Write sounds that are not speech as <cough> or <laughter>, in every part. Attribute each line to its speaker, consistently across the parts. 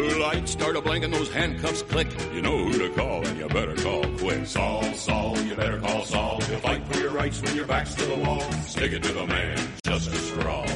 Speaker 1: Lights start a blink and those handcuffs click. You know who to call and you better call quick. Saul, Saul, you better call Saul. He'll fight for your rights when your back's to the wall. Stick it to the man, justice for all.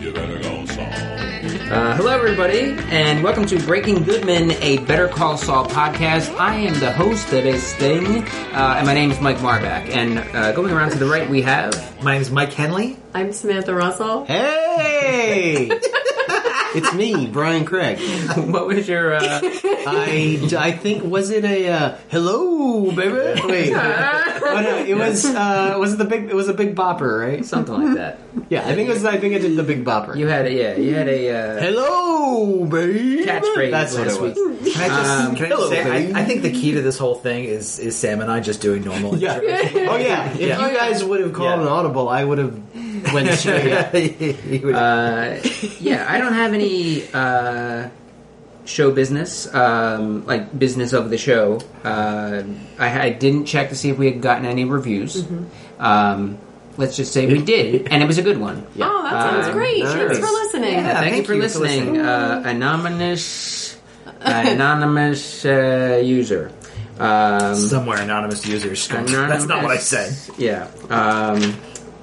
Speaker 1: You better call Saul.
Speaker 2: Uh, hello, everybody, and welcome to Breaking Goodman, a Better Call Saul podcast. I am the host of this thing, uh, and my name is Mike Marbach. And uh, going around to the right, we have
Speaker 3: My name's Mike Henley.
Speaker 4: I'm Samantha <laughs> Russell.
Speaker 3: <laughs>
Speaker 5: Hey! it's me, Brian Craig.
Speaker 2: <laughs> what was your
Speaker 3: <laughs>
Speaker 2: uh,
Speaker 5: I, I think was it a uh, hello, baby? Wait, oh, no, it was uh, was it the big? It was a big bopper, right?
Speaker 2: something like that?
Speaker 5: Yeah, I think it was. I think I did the big bopper.
Speaker 2: You had a yeah, you had a uh,
Speaker 5: hello, baby.
Speaker 2: Catchphrase
Speaker 5: That's what
Speaker 2: last
Speaker 5: it was.
Speaker 3: Can I just,
Speaker 5: Um,
Speaker 3: can I just
Speaker 5: hello,
Speaker 3: say,
Speaker 5: baby.
Speaker 3: I, I think the key to this whole thing is is Sam and I just doing normal.
Speaker 5: Yeah. <laughs> Oh yeah. If
Speaker 3: Yeah.
Speaker 5: you guys would have called
Speaker 3: Yeah.
Speaker 5: an audible, I would have
Speaker 3: <laughs>
Speaker 5: went straight. up.
Speaker 2: uh, yeah. I don't have any uh, show business, um, like business of the show. Uh, I, I didn't check to see if we had gotten any reviews.
Speaker 4: Mm-hmm.
Speaker 2: Um, let's just say we did, and it was a good one.
Speaker 4: <laughs> Oh, that sounds
Speaker 2: Uh,
Speaker 4: great. Thanks
Speaker 5: nice.
Speaker 4: for listening.
Speaker 2: Yeah, thank,
Speaker 3: thank
Speaker 2: you for
Speaker 3: you for
Speaker 2: listening, Uh,
Speaker 4: <laughs>
Speaker 2: anonymous anonymous uh, user. Um,
Speaker 3: Somewhere anonymous users. That's not what I said.
Speaker 2: yeah. Um,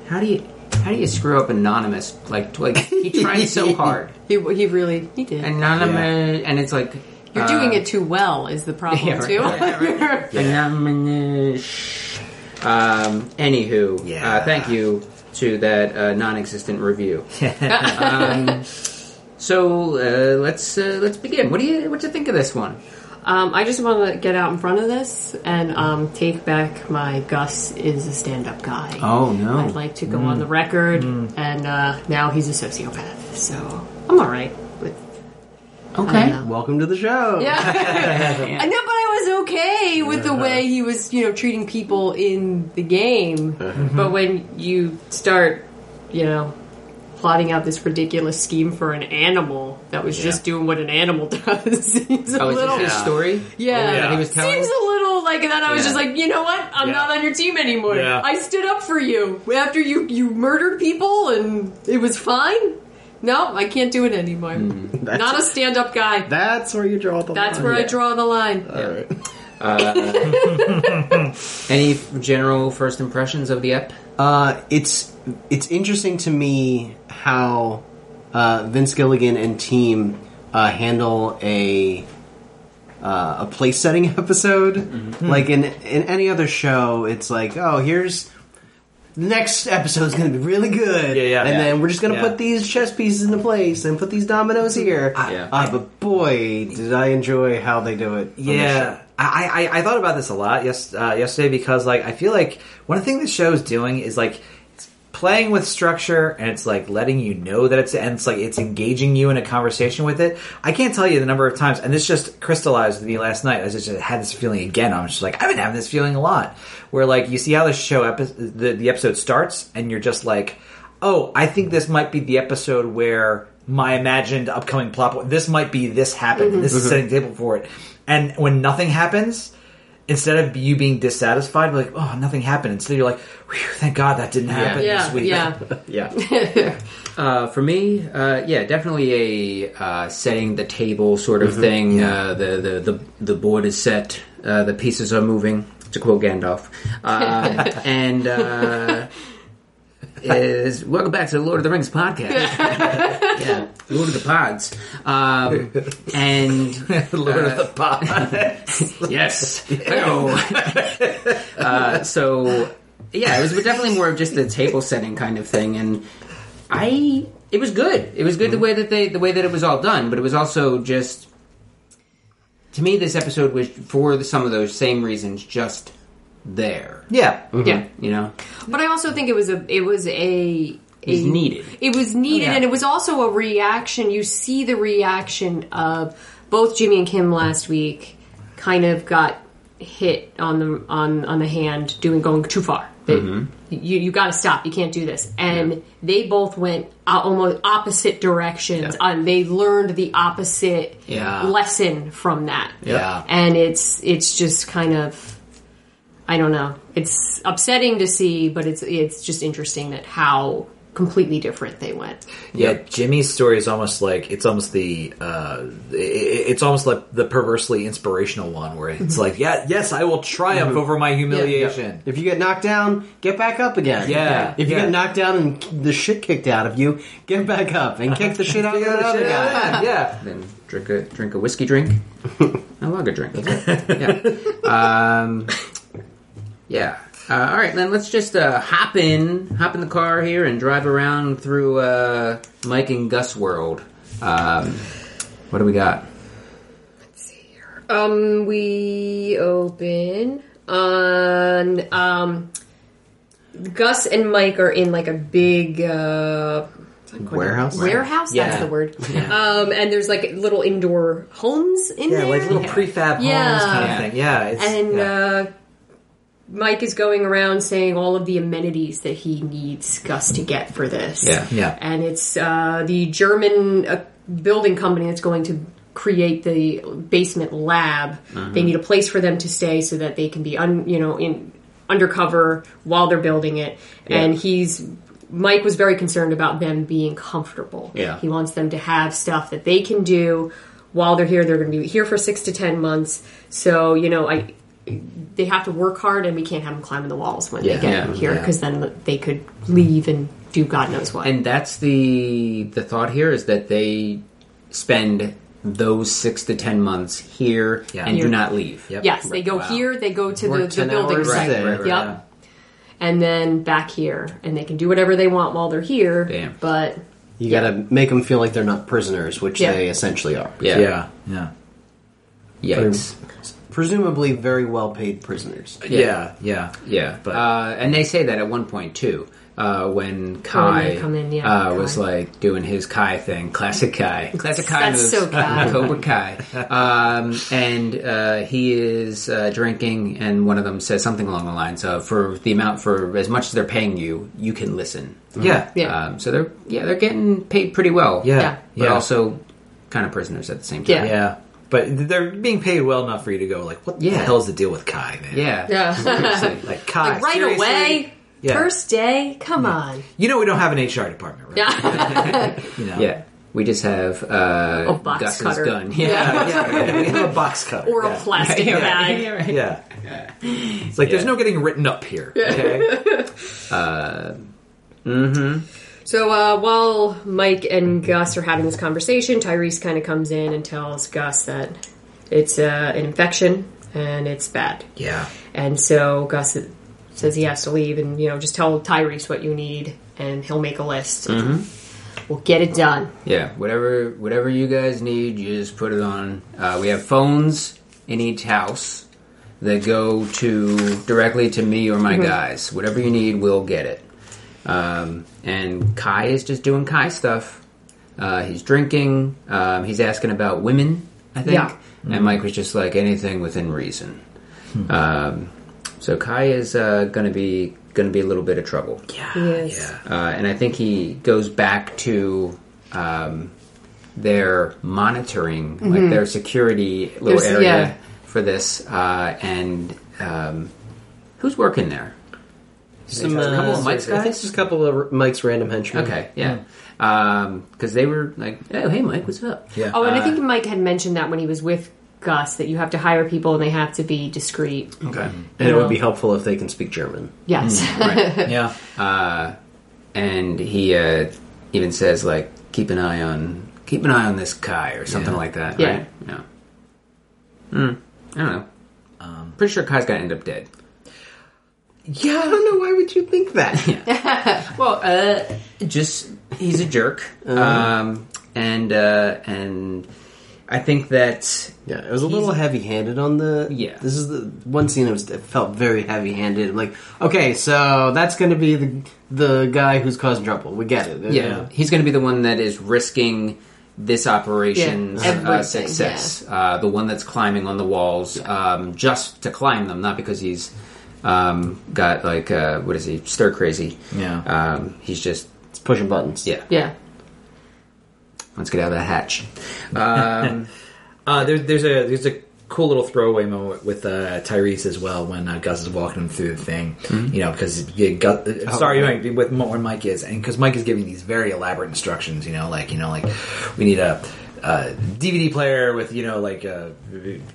Speaker 2: how do you how do you screw up anonymous? Like like he
Speaker 3: <laughs>
Speaker 2: tried so hard.
Speaker 4: He, he really he did.
Speaker 2: Anonymous, and it's like
Speaker 4: You're
Speaker 2: uh,
Speaker 4: doing it too well is the problem
Speaker 2: yeah, right,
Speaker 4: too.
Speaker 2: right,
Speaker 4: <laughs>
Speaker 2: Anonymous. Um, anywho,
Speaker 3: Yeah.
Speaker 2: uh, thank you to that uh, non-existent review. um, so uh, let's uh, let's begin. What do you what do you think of this one?
Speaker 4: um, I just want to get out in front of this and um, take back my Gus is a stand-up guy.
Speaker 2: no!
Speaker 4: I'd like to go
Speaker 2: Mm.
Speaker 4: on the record, and uh, now he's a sociopath. So I'm all right with. I
Speaker 2: okay.
Speaker 4: don't know.
Speaker 5: Welcome to the show.
Speaker 2: <laughs>
Speaker 4: Yeah, I know, but I was okay with the way he was, you know, treating people in the game. But when you start, you know, plotting out this ridiculous scheme for an animal that was just doing what an animal <laughs> does, seems a
Speaker 2: Oh, is
Speaker 4: little,
Speaker 2: this his story?
Speaker 4: yeah,
Speaker 2: That he was telling.
Speaker 4: seems a little like that. I was
Speaker 2: Yeah.
Speaker 4: just like, you know what? I'm
Speaker 3: Yeah.
Speaker 4: not on your team anymore.
Speaker 3: Yeah.
Speaker 4: I stood up for you after you you murdered people, and it was fine. No, I can't do it anymore. Not a stand-up guy.
Speaker 5: That's where you draw the
Speaker 4: That's
Speaker 5: line.
Speaker 4: where I draw the line.
Speaker 3: Uh,
Speaker 5: All right.
Speaker 2: Any general first impressions of the ep?
Speaker 5: Uh, it's it's interesting to me how uh, Vince Gilligan and team uh, handle a uh, a place setting <laughs> episode.
Speaker 3: Mm-hmm. Hmm.
Speaker 5: Like in in any other show, it's like, oh, here's the next episode's going to be really good,
Speaker 3: Yeah, yeah,
Speaker 5: and
Speaker 3: yeah.
Speaker 5: then we're just going to
Speaker 3: Yeah.
Speaker 5: put these chess pieces into place and put these dominoes here.
Speaker 2: Yeah.
Speaker 5: Ah, but boy, did I enjoy how they do it. on the show.
Speaker 3: Yeah, I, I I thought about this a lot yes uh, yesterday because like I feel like one thing the show is doing is like it's playing with structure and it's like letting you know that it's and it's like it's engaging you in a conversation with it. I can't tell you the number of times and this just crystallized with me last night. I just had this feeling again. I'm just like I've been having this feeling a lot where like you see how the show epi- the the episode starts and you're just like oh, I think this might be the episode where my imagined upcoming plot point. This might be this happened. This is setting the table for it. And when nothing happens, instead of you being dissatisfied, like oh, nothing happened. Instead, you're like, Whew, thank God that didn't happen
Speaker 4: Yeah,
Speaker 3: this week. <laughs>
Speaker 4: yeah.
Speaker 5: yeah.
Speaker 2: Uh, for me, uh, yeah, definitely a uh, setting the table sort
Speaker 3: Mm-hmm.
Speaker 2: of thing. Uh, the, the the the board is set, uh, the pieces are moving. To quote Gandalf, um,
Speaker 3: <laughs>
Speaker 2: and uh, is welcome back to the Lord of the Rings
Speaker 3: <laughs>
Speaker 2: podcast. yeah, Lord of the Pods, um, and
Speaker 3: <laughs>
Speaker 2: uh,
Speaker 3: Lord of the Pod.
Speaker 2: <laughs> yes. Hello.
Speaker 3: <laughs>
Speaker 2: uh, so, yeah, it was definitely more of just the table setting kind of thing, and I it was good. It was good
Speaker 3: Mm-hmm.
Speaker 2: the way that they the way that it was all done, but it was also just to me this episode was for the, some of those same reasons just there.
Speaker 3: yeah,
Speaker 4: Yeah.
Speaker 2: You know,
Speaker 4: But I also think it was a it was a
Speaker 2: it was
Speaker 4: a-
Speaker 2: needed.
Speaker 4: It was needed
Speaker 3: Yeah.
Speaker 4: and it was also a reaction. You see the reaction of both Jimmy and Kim last week kind of got hit on the on on the hand doing going too far. They,
Speaker 3: Mm-hmm.
Speaker 4: You you got to stop. You can't do this. And they both went uh, almost opposite directions. And they learned the opposite
Speaker 3: Yeah.
Speaker 4: lesson from that.
Speaker 3: Yeah.
Speaker 4: And it's it's just kind of I don't know. It's upsetting to see, but it's it's just interesting that how completely different they went.
Speaker 3: Yeah, Jimmy's story is almost like it's almost the uh, i- i it's almost like the perversely inspirational one where
Speaker 4: Mm-hmm.
Speaker 3: it's like, yeah, yes, I will triumph over my humiliation.
Speaker 5: If you get knocked down, get back up again.
Speaker 3: Yeah,
Speaker 5: If you
Speaker 3: yeah.
Speaker 5: get knocked down and the shit kicked out of you, get back up and kick the shit out of the
Speaker 3: Yeah,
Speaker 5: other guy.
Speaker 3: yeah, yeah.
Speaker 2: <laughs> Then drink a drink a whiskey
Speaker 3: <laughs>
Speaker 2: drink, a lager drink. Yeah. Um, yeah. Uh, all right, then let's just uh, hop in, hop in the car here, and drive around through uh, Mike and Gus world. Um, what do we got?
Speaker 4: Um, we open on um, Gus and Mike are in like a big uh, what's it called?
Speaker 5: Warehouse?
Speaker 4: Warehouse, that's
Speaker 3: Yeah.
Speaker 4: the word. Um, and there's like little indoor homes in
Speaker 3: Yeah,
Speaker 4: there,
Speaker 3: like little prefab homes
Speaker 4: Yeah.
Speaker 3: kind
Speaker 2: Yeah.
Speaker 3: of thing. Yeah, it's,
Speaker 4: and
Speaker 3: yeah.
Speaker 4: uh, Mike is going around saying all of the amenities that he needs Gus to get for this.
Speaker 2: Yeah.
Speaker 3: yeah.
Speaker 4: and it's uh, the German uh, building company that's going to create the basement lab.
Speaker 2: Mm-hmm.
Speaker 4: They need a place for them to stay so that they can be un, you know in undercover while they're building it. And he's Mike was very concerned about them being comfortable.
Speaker 2: Yeah.
Speaker 4: he wants them to have stuff that they can do while they're here. They're going to be here for six to ten months, so you know I. They have to work hard, and we can't have them climbing the walls when
Speaker 2: Yeah.
Speaker 4: they get
Speaker 2: Yeah.
Speaker 4: here because then they could leave and do God knows what.
Speaker 2: And that's the the thought here is that they spend those six to ten months here
Speaker 3: Yeah.
Speaker 2: and do
Speaker 4: Here.
Speaker 2: not leave.
Speaker 3: Yep.
Speaker 4: Yes, they go
Speaker 2: Wow.
Speaker 4: here, they go to the,
Speaker 5: Work
Speaker 4: the
Speaker 5: 10
Speaker 4: building
Speaker 5: hours
Speaker 4: site.
Speaker 5: there,
Speaker 4: yep. And then back here. And they can do whatever they want while they're here.
Speaker 2: Damn.
Speaker 4: But
Speaker 5: You gotta make them feel like they're not prisoners, which
Speaker 4: Yeah.
Speaker 5: they essentially are.
Speaker 2: Yeah.
Speaker 3: yeah, yeah,
Speaker 2: Yikes.
Speaker 5: Presumably very well paid prisoners.
Speaker 3: yeah, yeah, yeah.
Speaker 2: Yeah,
Speaker 3: But-
Speaker 2: uh, and they say that at one point too, uh, when Kai
Speaker 4: they come in, yeah,
Speaker 2: uh,
Speaker 4: Kai.
Speaker 2: was like doing his Kai thing, classic
Speaker 4: <laughs>
Speaker 2: Kai, classic Kai
Speaker 4: That's
Speaker 2: moves, <laughs>
Speaker 4: so Kai.
Speaker 2: Cobra Kai, um, and uh, he is uh, drinking, and one of them says something along the lines of, "For the amount, for as much as they're paying you, you can listen."
Speaker 4: yeah.
Speaker 2: Um, so they're yeah they're getting paid pretty well,
Speaker 4: Yeah.
Speaker 3: yeah,
Speaker 2: but
Speaker 3: yeah.
Speaker 2: also kind of prisoners at the same time.
Speaker 4: Yeah.
Speaker 3: yeah. But they're being paid well enough for you to go like, what the
Speaker 2: Yeah.
Speaker 3: hell's the deal with Kai, man?
Speaker 2: yeah, <laughs>
Speaker 4: <laughs> yeah.
Speaker 2: Seriously.
Speaker 3: like Kai,
Speaker 4: like <laughs> right
Speaker 3: seriously?
Speaker 4: away.
Speaker 3: Yeah.
Speaker 4: First day? Come on.
Speaker 3: You know we don't have an HR department, right?
Speaker 4: Yeah.
Speaker 3: <laughs> You know?
Speaker 2: yeah. We just have uh,
Speaker 4: A box
Speaker 2: Gus's
Speaker 4: cutter.
Speaker 2: gun. <laughs>
Speaker 3: yeah, yeah, yeah. We have a box cutter
Speaker 4: or a
Speaker 3: yeah.
Speaker 4: plastic
Speaker 2: Yeah,
Speaker 4: bag.
Speaker 2: right, right.
Speaker 3: Yeah.
Speaker 4: <laughs>
Speaker 3: It's like there's no getting written up here.
Speaker 4: <laughs>
Speaker 3: Okay.
Speaker 4: So uh, while Mike and Gus are having this conversation, Tyrese kind of comes in and tells Gus that it's uh, an infection and it's bad.
Speaker 3: yeah.
Speaker 4: And so Gus says he has to leave and, you know, just tell Tyrese what you need and he'll make a list. We'll get it done.
Speaker 2: Yeah, whatever whatever you guys need, you just put it on. Uh, we have phones in each house that go to directly to me or my guys. Whatever you need, we'll get it. Um, and Kai is just doing Kai stuff. Uh, he's drinking. Um, he's asking about women, I think.
Speaker 4: Yeah.
Speaker 2: And Mike was just like anything within reason. Um, so Kai is uh, gonna be gonna be a little bit of trouble.
Speaker 4: Yes.
Speaker 2: Uh, and I think he goes back to um, their monitoring, like their security little
Speaker 4: Mm-hmm. There's-
Speaker 2: area
Speaker 4: yeah.
Speaker 2: for this. Uh, and um, who's working there?
Speaker 5: Some, uh,
Speaker 2: a couple of Mike's
Speaker 5: I think
Speaker 2: guys?
Speaker 5: just a couple of Mike's random
Speaker 4: Mm-hmm.
Speaker 5: henchmen.
Speaker 2: Okay, yeah, because they were like, "Oh, hey, Mike, what's up?"
Speaker 3: Yeah.
Speaker 4: Oh, and I think Mike had mentioned that when he was with Gus that you have to hire people and they have to be discreet.
Speaker 5: Okay.
Speaker 2: Mm-hmm.
Speaker 5: And it would be helpful if they can speak German.
Speaker 4: Yes. <laughs>
Speaker 3: Yeah.
Speaker 2: and he uh, even says like, "Keep an eye on, keep an eye on this Kai" or something
Speaker 3: Yeah.
Speaker 2: like that.
Speaker 4: Yeah.
Speaker 2: right? yeah. Hmm. I don't know. Pretty sure Kai's gonna end up dead.
Speaker 5: Yeah, I don't know why would you think that.
Speaker 2: Well, uh, just he's a jerk, um, and uh, and I think that
Speaker 5: Yeah, it was a little heavy-handed on the.
Speaker 2: Yeah.
Speaker 5: this is the one scene that, was, that felt very heavy-handed. I'm like, okay, so that's going to be the the guy who's causing trouble. We get it.
Speaker 2: yeah, he's going to be the one that is risking this operation's
Speaker 4: Yeah,
Speaker 2: uh,
Speaker 4: everything,
Speaker 2: success. Uh, the one that's climbing on the walls um, just to climb them, not because he's um, got like uh, what is he stir crazy.
Speaker 3: Yeah.
Speaker 2: um, he's just
Speaker 5: it's pushing buttons.
Speaker 2: yeah.
Speaker 4: yeah.
Speaker 2: Let's get out of that hatch.
Speaker 3: Uh, there, there's a there's a cool little throwaway moment with uh, Tyrese as well when uh, Gus is walking him through the thing. You know, because yeah, Gus, uh, sorry, Mike, with Mo- when Mike is, and because Mike is giving these very elaborate instructions. You know, like you know, like we need a. Uh, DVD player with you know like a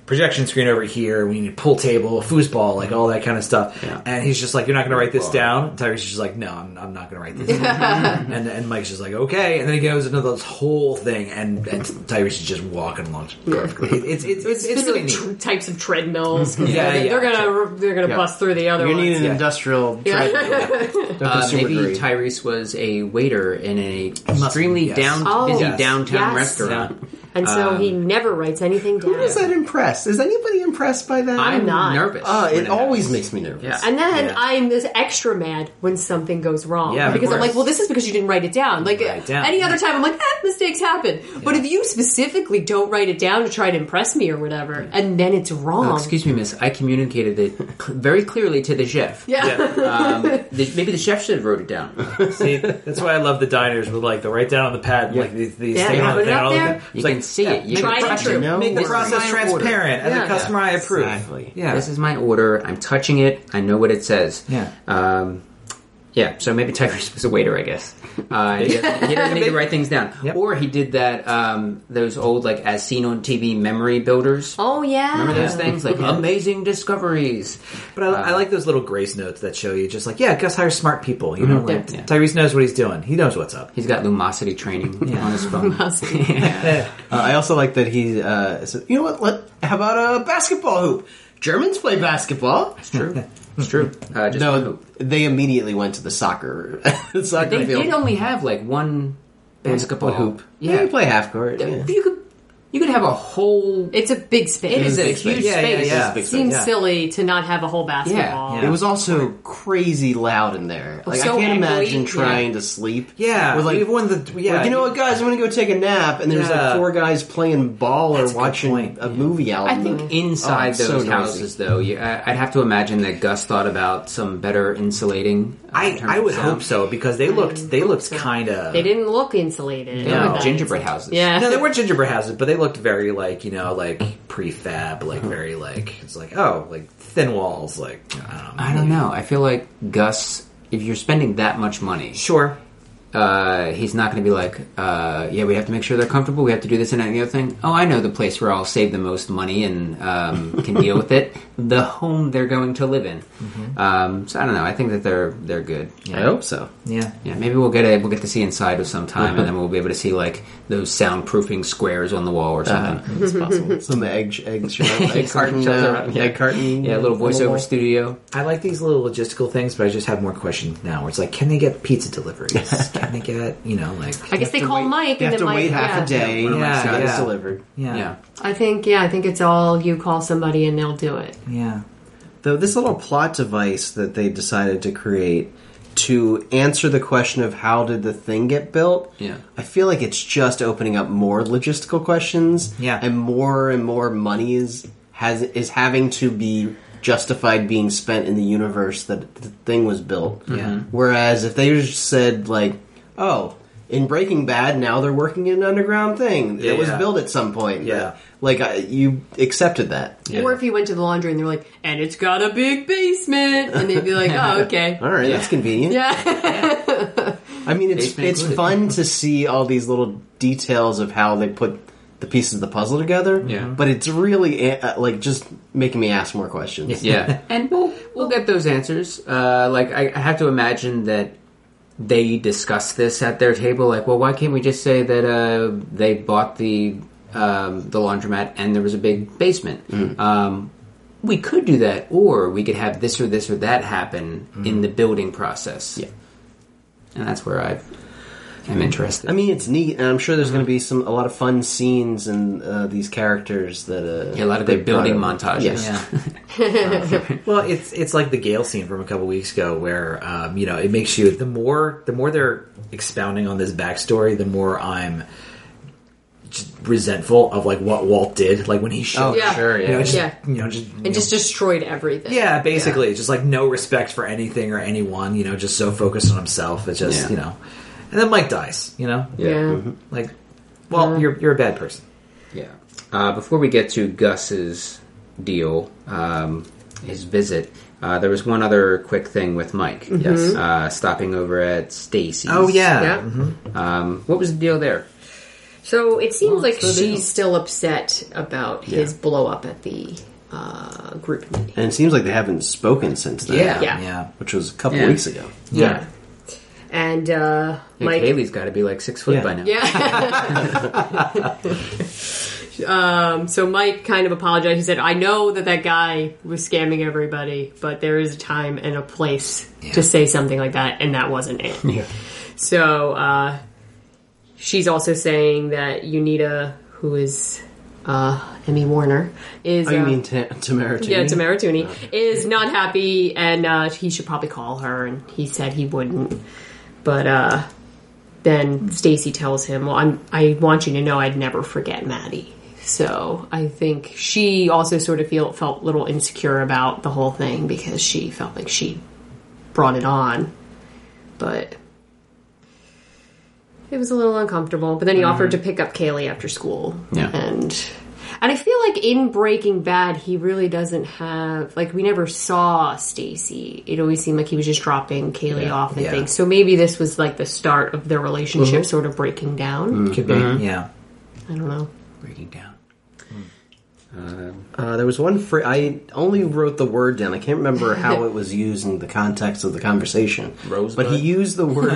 Speaker 3: projection screen over here. We need a pool table, a foosball, like all that kind of stuff.
Speaker 2: Yeah.
Speaker 3: And he's just like, "You're not going to write this down." Tyrese is just like, "No, I'm, I'm not going to write this." down and and Mike's just like okay, and then he goes into this whole thing, and, and Tyrese is just walking along perfectly. It's it's it's, it's really
Speaker 4: Specific
Speaker 3: neat.
Speaker 4: tr- types of treadmills. 'cause
Speaker 3: Yeah,
Speaker 4: Mm-hmm. they're,
Speaker 3: yeah,
Speaker 4: they're gonna they're gonna
Speaker 5: Yeah.
Speaker 4: bust through the other
Speaker 5: You need
Speaker 4: ones.
Speaker 5: an
Speaker 3: Yeah.
Speaker 5: industrial
Speaker 4: Yeah.
Speaker 2: <laughs> Uh, maybe
Speaker 5: grade.
Speaker 2: Tyrese was a waiter in a
Speaker 3: be,
Speaker 2: extremely
Speaker 3: yes.
Speaker 2: down,
Speaker 4: Oh,
Speaker 2: busy
Speaker 4: yes.
Speaker 2: downtown
Speaker 4: Yes.
Speaker 2: restaurant.
Speaker 4: and so he
Speaker 3: Um,
Speaker 4: never writes anything down.
Speaker 5: Who is that impressed? Is anybody impressed by that?
Speaker 2: I'm
Speaker 4: not.
Speaker 2: nervous.
Speaker 5: Uh,
Speaker 2: when
Speaker 5: it always
Speaker 2: happens.
Speaker 5: makes me nervous.
Speaker 2: Yeah.
Speaker 4: And then
Speaker 3: Yeah.
Speaker 4: I'm this extra mad when something goes wrong.
Speaker 3: Yeah, of
Speaker 4: because I'm
Speaker 3: course.
Speaker 4: like, well, this is because you didn't write it down. Like
Speaker 3: write it down.
Speaker 4: any other time, I'm like, eh, mistakes happen. But if you specifically don't write it down to try to impress me or whatever, and then it's wrong.
Speaker 2: Oh, excuse me, miss. I communicated it cl- very clearly to the chef.
Speaker 4: yeah.
Speaker 2: Um, the, maybe the chef should have wrote it down.
Speaker 3: uh, See, that's why I love the diners with like the write down on the pad, like these these
Speaker 4: Yeah,
Speaker 3: thing
Speaker 4: you
Speaker 3: on
Speaker 4: put
Speaker 3: the
Speaker 4: it
Speaker 3: thing
Speaker 4: up
Speaker 3: on
Speaker 4: there,
Speaker 3: the
Speaker 4: you
Speaker 2: You
Speaker 3: It's like,
Speaker 2: can see it. You
Speaker 4: Try
Speaker 2: can
Speaker 4: it
Speaker 2: touch
Speaker 4: true.
Speaker 2: it.
Speaker 5: No
Speaker 3: Make the
Speaker 5: worries.
Speaker 3: process
Speaker 2: my order.
Speaker 3: transparent, and
Speaker 4: Yeah.
Speaker 3: the customer I approve.
Speaker 5: Exactly.
Speaker 3: Yeah.
Speaker 2: This is my order. I'm touching it. I know what it says.
Speaker 3: Yeah.
Speaker 2: Um, yeah. So maybe Tyrese was a waiter, I guess. Uh, he, doesn't, he doesn't need to write things down,
Speaker 3: Yep.
Speaker 2: or he did that. Um, those old, like as seen on TV, memory builders.
Speaker 4: <laughs> Oh yeah.
Speaker 2: Remember those things like amazing discoveries.
Speaker 3: But I, I like those little grace notes that show you just like, yeah, Gus hires smart people. You know, like,
Speaker 4: Mm-hmm. Yeah. Yeah.
Speaker 3: Tyrese knows what he's doing. He knows what's up.
Speaker 2: He's got lumosity training on his
Speaker 3: <laughs>
Speaker 2: phone.
Speaker 5: Uh, I also like that he. Uh, so, you know what? Let, how about a basketball hoop? Germans play basketball.
Speaker 2: It's
Speaker 5: <laughs>
Speaker 2: true. It's true. Uh, just one
Speaker 5: No,
Speaker 2: hoop.
Speaker 5: they immediately went to the soccer <laughs> soccer
Speaker 2: They
Speaker 5: field.
Speaker 2: did only have like one basketball hoop.
Speaker 5: Yeah,
Speaker 2: Yeah.
Speaker 5: you play half court. Yeah.
Speaker 2: You could you could have a whole.
Speaker 4: <laughs> It's a big space. It
Speaker 2: is a
Speaker 5: big
Speaker 2: huge
Speaker 5: space.
Speaker 2: space.
Speaker 3: Yeah, yeah, yeah.
Speaker 5: It's a big space,
Speaker 4: Seems
Speaker 5: yeah.
Speaker 4: silly to not have a whole basketball.
Speaker 3: Yeah.
Speaker 5: It was also crazy loud in there. Like
Speaker 4: so
Speaker 5: I can't
Speaker 4: echoey,
Speaker 5: imagine
Speaker 4: yeah.
Speaker 5: trying to sleep.
Speaker 3: Yeah,
Speaker 5: with like,
Speaker 3: we've won the yeah.
Speaker 5: like, you know what, guys? I'm gonna go take a nap, and there's
Speaker 3: Yeah.
Speaker 5: like four guys playing ball
Speaker 3: That's a
Speaker 5: or
Speaker 3: good
Speaker 5: watching
Speaker 3: point.
Speaker 5: a movie out.
Speaker 2: I
Speaker 5: in
Speaker 2: think
Speaker 5: the-
Speaker 3: Mm-hmm.
Speaker 5: Oh,
Speaker 2: inside
Speaker 5: it's so
Speaker 2: those
Speaker 5: noisy.
Speaker 2: houses, though, you, I, I'd have to imagine that Gus thought about some better insulating. uh, in
Speaker 3: I,
Speaker 2: terms
Speaker 3: I
Speaker 2: of
Speaker 3: would
Speaker 2: sound.
Speaker 3: hope so because they looked they looked kind of
Speaker 4: Mm, They didn't look insulated.
Speaker 2: They were
Speaker 3: No.
Speaker 2: like gingerbread houses.
Speaker 4: Yeah.
Speaker 3: No, they weren't gingerbread houses, but they looked very like you know, like prefab, like very like it's like oh, like thin walls, like I don't know.
Speaker 2: I don't know. I feel like Gus, if you're spending that much money,
Speaker 3: Sure,
Speaker 2: uh, he's not going to be like, uh, yeah, we have to make sure they're comfortable. We have to do this and that and the other thing. Oh, I know the place where I'll save the most money and um, can deal with it. <laughs> The home they're going to live in. Um, so I don't know. I think that they're they're good.
Speaker 5: Mm-hmm. I hope so.
Speaker 3: yeah,
Speaker 2: Yeah, maybe we'll get a, we'll get to see inside of some time, and then we'll be able to see like those soundproofing squares on the wall or something.
Speaker 5: It's possible. Mm-hmm. <laughs> Some egg egg, shell- egg carton,
Speaker 2: shelter,
Speaker 5: uh,
Speaker 2: yeah.
Speaker 5: egg carton.
Speaker 2: Yeah, a little
Speaker 5: on the wall.
Speaker 2: voiceover studio.
Speaker 3: I like these little logistical things, but I just have more questions now. Where it's like, can they get
Speaker 2: <laughs>
Speaker 3: pizza deliveries? can they get you know like
Speaker 4: I guess they
Speaker 5: Have to
Speaker 4: call
Speaker 5: wait-
Speaker 4: Mike
Speaker 5: They
Speaker 4: and
Speaker 5: have
Speaker 4: then
Speaker 5: to
Speaker 4: Mike.
Speaker 5: wait half
Speaker 4: yeah.
Speaker 5: a day.
Speaker 2: Yeah,
Speaker 5: Yeah,
Speaker 2: yeah.
Speaker 5: it's delivered.
Speaker 3: yeah,
Speaker 2: Yeah,
Speaker 3: yeah,
Speaker 4: I think yeah, I think it's all you call somebody and they'll do it.
Speaker 5: Though this little plot device that they decided to create to answer the question of how did the thing get built,
Speaker 2: Yeah.
Speaker 5: I feel like it's just opening up more logistical questions.
Speaker 3: Yeah.
Speaker 5: And more and more money is has is having to be justified being spent in the universe that the thing was built. Yeah.
Speaker 3: Mm-hmm.
Speaker 5: Whereas if they just said like, oh, in Breaking Bad, now they're working in an underground thing. that
Speaker 3: Yeah,
Speaker 5: it was
Speaker 3: yeah.
Speaker 5: built at some point.
Speaker 3: Yeah.
Speaker 5: Like I, you accepted that.
Speaker 4: Or if you went to the laundry and they're like, and it's got a big basement, and they'd be like,
Speaker 5: <laughs>
Speaker 4: oh okay,
Speaker 5: All right, that's convenient.
Speaker 4: yeah,
Speaker 5: I mean, it's
Speaker 2: Basement
Speaker 5: it's
Speaker 2: included.
Speaker 5: fun
Speaker 2: <laughs>
Speaker 5: to see all these little details of how they put the pieces of the puzzle together.
Speaker 2: Yeah.
Speaker 5: but it's really uh, like just making me ask more <laughs> questions.
Speaker 2: yeah, and we'll we'll get those answers. Uh, like I, I have to imagine that they discuss this at their table. Like, well, why can't we just say that uh, they bought the um, the laundromat and there was a big basement?
Speaker 5: Mm.
Speaker 2: Um, we could do that, or we could have this or this or that happen in the building process.
Speaker 5: Mm. Yeah.
Speaker 2: and that's where I am interested.
Speaker 5: I mean, it's neat, and I'm sure there's
Speaker 2: Mm-hmm.
Speaker 5: going to be some a lot of fun scenes and uh, these characters that uh,
Speaker 2: Yeah, a lot of their
Speaker 5: they brought
Speaker 2: building
Speaker 5: in.
Speaker 2: montages.
Speaker 5: Yes.
Speaker 3: Well, it's it's like the Gale scene from a couple weeks ago, where um, you know it makes you the more the more they're expounding on this backstory, the more I'm just resentful of like what Walt did, like when he
Speaker 5: Oh,
Speaker 4: <laughs>
Speaker 3: showed,
Speaker 4: Yeah.
Speaker 5: sure,
Speaker 3: you know,
Speaker 5: yeah.
Speaker 3: just,
Speaker 4: Yeah.
Speaker 3: you know, just, you
Speaker 4: and just destroyed everything.
Speaker 3: Yeah, basically, just like no respect for anything or anyone. You know, just so focused on himself. It's just
Speaker 2: Yeah.
Speaker 3: you know, and then Mike dies. You know,
Speaker 4: yeah.
Speaker 5: Mm-hmm.
Speaker 3: like, well, you're you're a bad person.
Speaker 2: Yeah. Uh, before we get to Gus's deal, um, his visit, uh, there was one other quick thing with Mike.
Speaker 3: Yes.
Speaker 2: Uh, stopping over at Stacy's.
Speaker 3: Oh yeah.
Speaker 4: Yeah.
Speaker 5: Mm-hmm.
Speaker 2: Um, what was the deal there?
Speaker 4: So it seems like
Speaker 5: so
Speaker 4: she's
Speaker 5: they don't.
Speaker 4: still upset about his blow up at the uh, group meeting.
Speaker 5: And it seems like they haven't spoken since then.
Speaker 3: Yeah.
Speaker 4: Yeah.
Speaker 3: Yeah.
Speaker 5: Which was a couple
Speaker 2: Yeah.
Speaker 5: weeks ago.
Speaker 3: Yeah.
Speaker 4: And uh,
Speaker 2: Like,
Speaker 4: Mike,
Speaker 2: Haley's got to be like six foot
Speaker 5: Yeah.
Speaker 2: by now.
Speaker 4: yeah. <laughs> um, so Mike kind of apologized. He said, "I know that that guy was scamming everybody, but there is a time and a place to say something like that, and that wasn't it." So uh, she's also saying that Unita, who is uh, Emmy Warner, is
Speaker 5: Oh, you
Speaker 4: uh,
Speaker 5: mean t- Tamara Toomey?
Speaker 4: yeah, to Marituni is not happy, and uh, he should probably call her. And he said he wouldn't, but uh, then Stacy tells him, "Well, I'm, I want you to know I'd never forget Maddie." So I think she also sort of feel, felt a little insecure about the whole thing because she felt like she brought it on, but. It was a little uncomfortable, but then he offered to pick up Kaylee after school.
Speaker 5: Yeah.
Speaker 4: And and I feel like in Breaking Bad, he really doesn't have like we never saw Stacy. It always seemed like he was just dropping Kaylee off and
Speaker 3: yeah.
Speaker 4: things. So maybe this was like the start of their relationship sort of breaking down.
Speaker 3: Could be. Yeah.
Speaker 4: I don't know.
Speaker 3: Breaking down.
Speaker 5: Uh, there was one phrase. I only wrote the word down. I can't remember how it was used in the context of the conversation.
Speaker 2: Rosebud?
Speaker 5: But he used the word.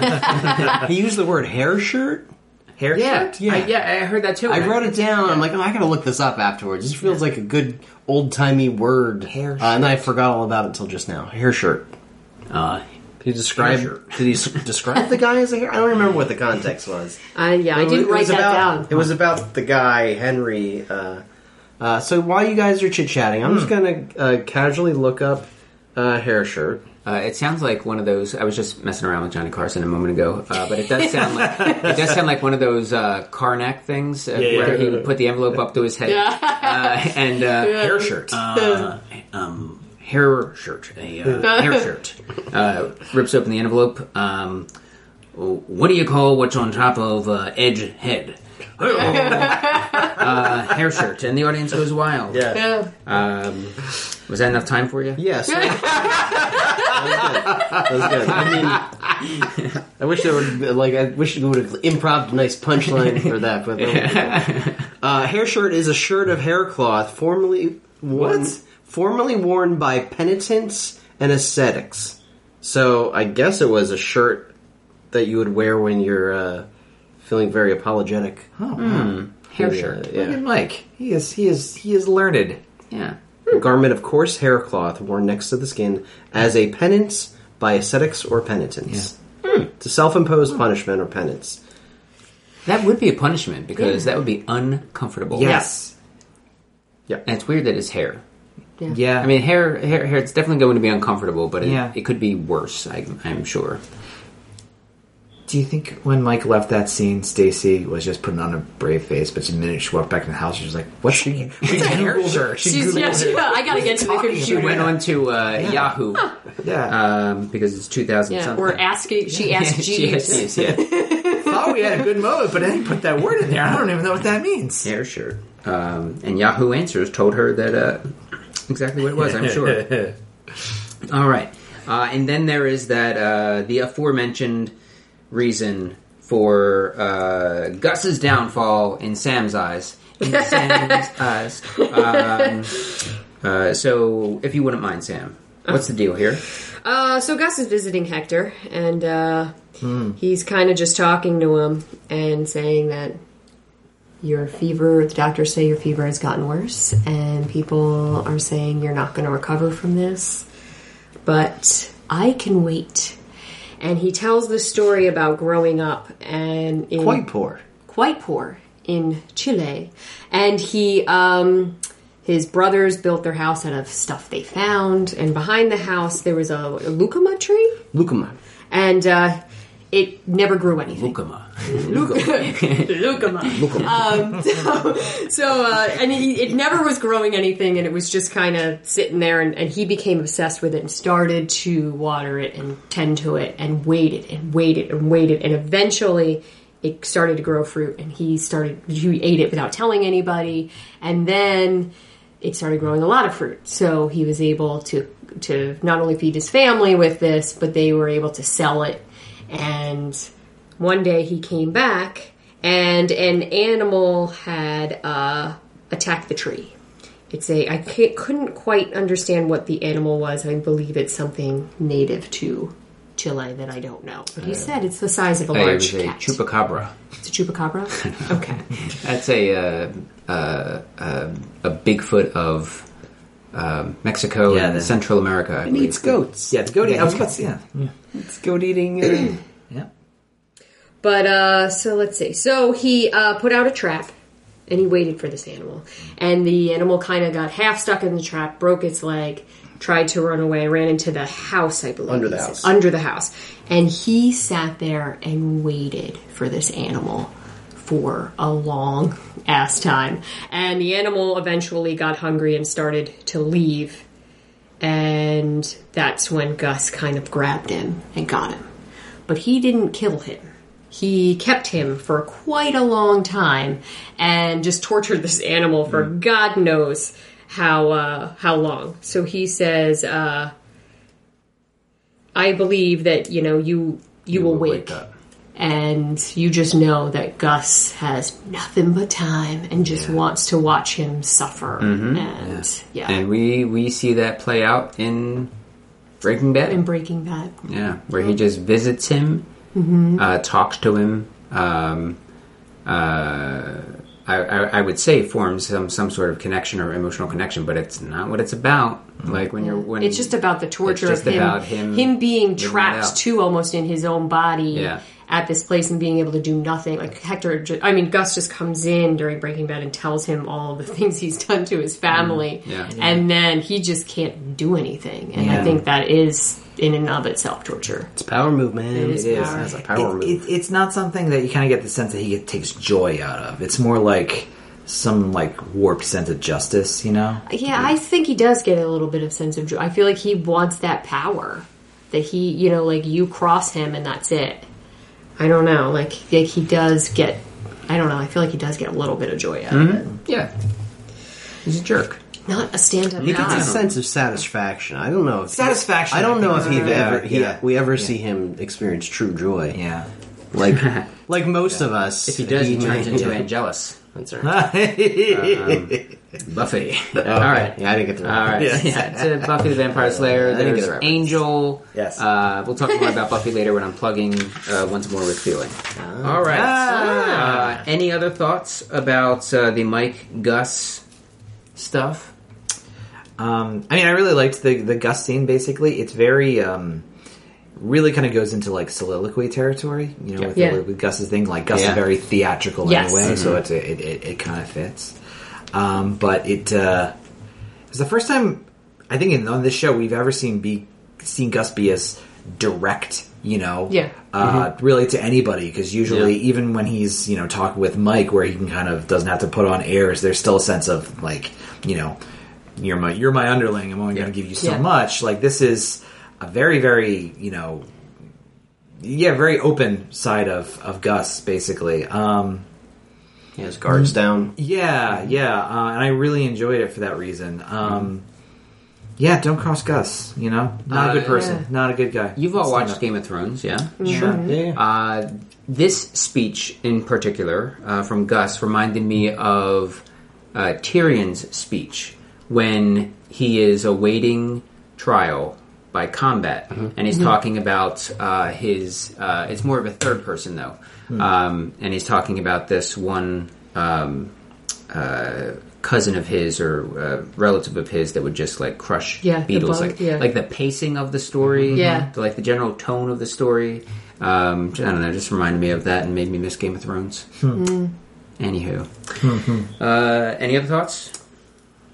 Speaker 2: <laughs>
Speaker 5: he used the word hair shirt.
Speaker 3: Hair.
Speaker 2: Yeah,
Speaker 3: shirt?
Speaker 2: yeah,
Speaker 5: Yeah.
Speaker 2: I, yeah. I heard that too.
Speaker 5: I wrote it down. I'm like, oh, I gotta look this up afterwards. This feels like a good old timey word.
Speaker 3: Hair
Speaker 5: Uh, and I forgot all about it until just now. Hair shirt. Uh, did he describe?
Speaker 2: Hair shirt.
Speaker 5: Did he s- describe the guy as a hair? I don't remember what the context was.
Speaker 4: I Uh, yeah, I
Speaker 5: It
Speaker 4: didn't
Speaker 5: was- it
Speaker 4: write
Speaker 5: was
Speaker 4: that
Speaker 5: about- <laughs>
Speaker 4: down.
Speaker 5: It was about the guy Henry. Uh, uh, so while you guys are chit chatting, I'm just gonna uh, casually look up uh, hair shirt.
Speaker 2: Uh, it sounds like one of those. I was just messing around with Johnny Carson a moment ago, uh, but it does sound like it does sound like one of those uh, Karnak things uh,
Speaker 3: yeah.
Speaker 2: where he would put the envelope up to his head
Speaker 4: Yeah.
Speaker 2: uh, and uh,
Speaker 3: Hair shirt.
Speaker 2: uh, um, hair shirt, a uh, hair shirt. Uh, rips open the envelope. Um, what do you call what's on top of uh, edge head? uh, hair shirt, and the audience goes wild.
Speaker 4: Yeah.
Speaker 2: Um, was that enough time for you?
Speaker 5: Yes. that was good. That was good. I mean, <laughs> I wish there would like I wish we would have improv a nice punchline for that. But uh, hair shirt is a shirt of hair cloth formerly worn,
Speaker 3: What?
Speaker 5: formerly worn by penitents and ascetics. So I guess it was a shirt that you would wear when you're uh, feeling very apologetic.
Speaker 3: Oh,
Speaker 2: Hair
Speaker 5: Yeah,
Speaker 2: shirt.
Speaker 5: yeah.
Speaker 3: Look at Mike. He is. He is. He is learned.
Speaker 2: Yeah.
Speaker 5: A garment of coarse hair cloth worn next to the skin as a penance by ascetics or penitents. Hmm. To self impose punishment or penance.
Speaker 2: That would be a punishment because that would be uncomfortable.
Speaker 3: Yes.
Speaker 2: And it's weird that it's hair.
Speaker 3: Yeah.
Speaker 2: I mean, hair, hair, hair. It's definitely going to be uncomfortable, but it,
Speaker 3: Yeah.
Speaker 2: it could be worse. I, I'm sure.
Speaker 3: do you think when Mike left that scene, Stacy was just putting on a brave face, but the minute she walked back in the house, she was like, "What's she? She Googled her. She
Speaker 4: She's,
Speaker 3: Googled
Speaker 4: yeah,
Speaker 3: her.
Speaker 4: she, I gotta get to the
Speaker 3: talking
Speaker 4: computer.
Speaker 2: She went on to uh, Yahoo
Speaker 3: Yeah.
Speaker 5: Uh.
Speaker 3: <laughs>
Speaker 2: um, because it's 2000 <laughs>
Speaker 4: Yeah,
Speaker 2: something.
Speaker 4: or asking
Speaker 2: <laughs>
Speaker 4: she asked
Speaker 2: She has
Speaker 4: Jeeves.
Speaker 2: Jeeves, yeah.
Speaker 3: Thought Oh, we had a good moment, but I didn't put that word in there. I don't even know what that means.
Speaker 2: hair shirt. Um, and Yahoo Answers told her that uh, exactly what it was. I'm sure. All right, uh, and then there is that uh, the aforementioned reason for uh, Gus's downfall in Sam's eyes. In Sam's eyes. Um, uh, so, if you wouldn't mind, Sam, what's the deal here?
Speaker 4: Uh, so Gus is visiting Hector, and uh, he's kind of just talking to him and saying that your fever, the doctors say your fever has gotten worse, and people are saying you're not going to recover from this. But I can wait. And he tells the story about growing up and in,
Speaker 5: Quite poor.
Speaker 4: quite poor in Chile, and he um, his brothers built their house out of stuff they found, and behind the house there was a, a lucuma tree,
Speaker 5: Lukuma.
Speaker 4: and uh, it never grew anything.
Speaker 2: Ukama.
Speaker 4: Lucuma. Um, <laughs> So, uh, and he, it never was growing anything, and it was just kind of sitting there. And, and he became obsessed with it and started to water it and tend to it, and waited and waited and waited, and eventually it started to grow fruit. And he started he ate it without telling anybody, and then it started growing a lot of fruit. So he was able to to not only feed his family with this, but they were able to sell it. And one day he came back, and an animal had uh, attacked the tree. It's a I can't, couldn't quite understand what the animal was. I believe it's something native to Chile that I don't know. But he said it's the size of a
Speaker 2: Uh, It
Speaker 4: large
Speaker 2: was a
Speaker 4: cat.
Speaker 2: chupacabra.
Speaker 4: it's a
Speaker 2: <laughs>
Speaker 4: chupacabra. okay.
Speaker 2: That's a uh, uh, uh, a Bigfoot of um, Mexico
Speaker 3: Yeah,
Speaker 2: and
Speaker 3: the-
Speaker 2: Central America. I
Speaker 5: It
Speaker 2: believe.
Speaker 5: eats goats.
Speaker 3: Yeah, the goat.
Speaker 5: Yeah,
Speaker 3: I was
Speaker 5: it's
Speaker 3: about to say, yeah, yeah,
Speaker 5: It's goat eating. Uh,
Speaker 3: <clears throat> yeah.
Speaker 4: But uh, so let's see. So he uh, put out a trap, and he waited for this animal. And the animal kind of got half stuck in the trap, broke its leg, tried to run away, ran into the house, I believe.
Speaker 5: Under the
Speaker 4: he said.
Speaker 5: house.
Speaker 4: Under the house, and he sat there and waited for this animal for a long ass time. And the animal eventually got hungry and started to leave. And that's when Gus kind of grabbed him and got him. But he didn't kill him. He kept him for quite a long time and just tortured this animal for God knows how uh, how long. So he says, uh, "I believe that you know you you, will wake,
Speaker 2: up.
Speaker 4: and you just know that Gus has nothing but time and just wants to watch him suffer." And Mm-hmm. yeah,
Speaker 2: And we we see that play out in Breaking Bad.
Speaker 4: and breaking that.
Speaker 2: Yeah, where he just visits him, uh, talks to him. Um, uh, I, I, I would say forms some some sort of connection or emotional connection, but it's not what it's about. Like when you're when
Speaker 4: It's just about the torture
Speaker 2: just
Speaker 4: of him,
Speaker 2: about him
Speaker 4: him, being
Speaker 2: living it out.
Speaker 4: trapped too, almost in his own body
Speaker 2: Yeah.
Speaker 4: at this place and being able to do nothing. Like Hector, ju- I mean Gus, just comes in during Breaking Bad and tells him all the <laughs> things he's done to his family,
Speaker 2: Mm, Yeah.
Speaker 4: and then he just can't do anything. And I think that is in and of itself torture.
Speaker 5: it's power move, man.
Speaker 4: It is
Speaker 3: It is.
Speaker 4: power.
Speaker 3: It's,
Speaker 2: like power
Speaker 3: it,
Speaker 2: move.
Speaker 3: it, it's not something that you kind of get the sense that he takes joy out of. It's more like some like warped sense of justice, you know?
Speaker 4: Yeah, I think he does get a little bit of sense of joy. I feel like he wants that power that he, you know, like you cross him and that's it. I don't know. Like, like he does get. I don't know. I feel like he does get a little bit of joy out of
Speaker 2: yeah, he's a jerk.
Speaker 4: it. Not a stand-up
Speaker 5: He gets a
Speaker 4: guy.
Speaker 5: sense of satisfaction. I don't know if
Speaker 3: Satisfaction,
Speaker 5: I don't know if he
Speaker 3: Yeah.
Speaker 5: ever he,
Speaker 3: Yeah.
Speaker 5: we ever see him experience true joy.
Speaker 3: Yeah.
Speaker 5: <laughs> Like like most of us.
Speaker 2: If he does, he, turns <laughs>
Speaker 5: may-
Speaker 2: into
Speaker 5: <laughs> yeah.
Speaker 2: Angelus
Speaker 5: That's right.
Speaker 2: Buffy.
Speaker 5: All
Speaker 2: All right.
Speaker 5: Yeah, I didn't get the
Speaker 2: All right, yeah, it's, uh, Buffy the Vampire Slayer.
Speaker 5: I didn't get
Speaker 2: There's
Speaker 5: the reference.
Speaker 2: Angel.
Speaker 5: Yes.
Speaker 2: uh, we'll talk more about Buffy later when I'm plugging uh, once more with feeling.
Speaker 5: Ah.
Speaker 2: All right. Uh, any other thoughts about uh, the Mike Gus stuff?
Speaker 3: Um, I mean, I really liked the the Gus scene. Basically, it's very um, really kind of goes into like soliloquy territory. You know, with,
Speaker 4: Yeah.
Speaker 3: with Gus's thing. Like Gus
Speaker 5: Yeah.
Speaker 3: is very theatrical
Speaker 4: Yes.
Speaker 3: in a way, so it's a, it it, it kind of fits. Um, but it uh, it's the first time I think in on this show we've ever seen be seen Gus be as direct. You know,
Speaker 4: Yeah.
Speaker 3: uh, really to anybody because usually
Speaker 2: Mm-hmm. Yeah.
Speaker 3: even when he's you know talking with Mike where he can kind of doesn't have to put on airs there's still a sense of like you know you're my you're my underling I'm only going to give you so
Speaker 4: Yeah.
Speaker 3: much like this is a very very you know yeah very open side of of Gus basically um
Speaker 5: He has guards down.
Speaker 3: yeah, yeah, uh, and I really enjoyed it for that reason. Um, Yeah, don't cross Gus. You know, not a
Speaker 2: Uh,
Speaker 3: good person,
Speaker 4: yeah.
Speaker 3: not a good guy.
Speaker 2: You've all
Speaker 3: Stand
Speaker 2: watched
Speaker 3: up.
Speaker 2: Game of Thrones, yeah?
Speaker 5: Sure. Yeah, yeah.
Speaker 2: Uh, this speech in particular uh, from Gus reminded me of uh, Tyrion's speech when he is awaiting trial by combat,
Speaker 4: Mm-hmm.
Speaker 2: and he's talking about uh, his. Uh, it's more of a third person though,
Speaker 4: Hmm.
Speaker 2: um, and he's talking about this one um, uh, cousin of his or uh, relative of his that would just like crush
Speaker 4: Yeah, the
Speaker 2: beetles,
Speaker 4: bug,
Speaker 2: like
Speaker 4: yeah.
Speaker 2: like the pacing of the story,
Speaker 4: Mm-hmm. Yeah.
Speaker 2: the, like the general tone of the story. Um, I don't know, just reminded me of that and made me miss Game of Thrones.
Speaker 4: Hmm.
Speaker 2: Anywho,
Speaker 4: Mm-hmm.
Speaker 2: uh, any other thoughts?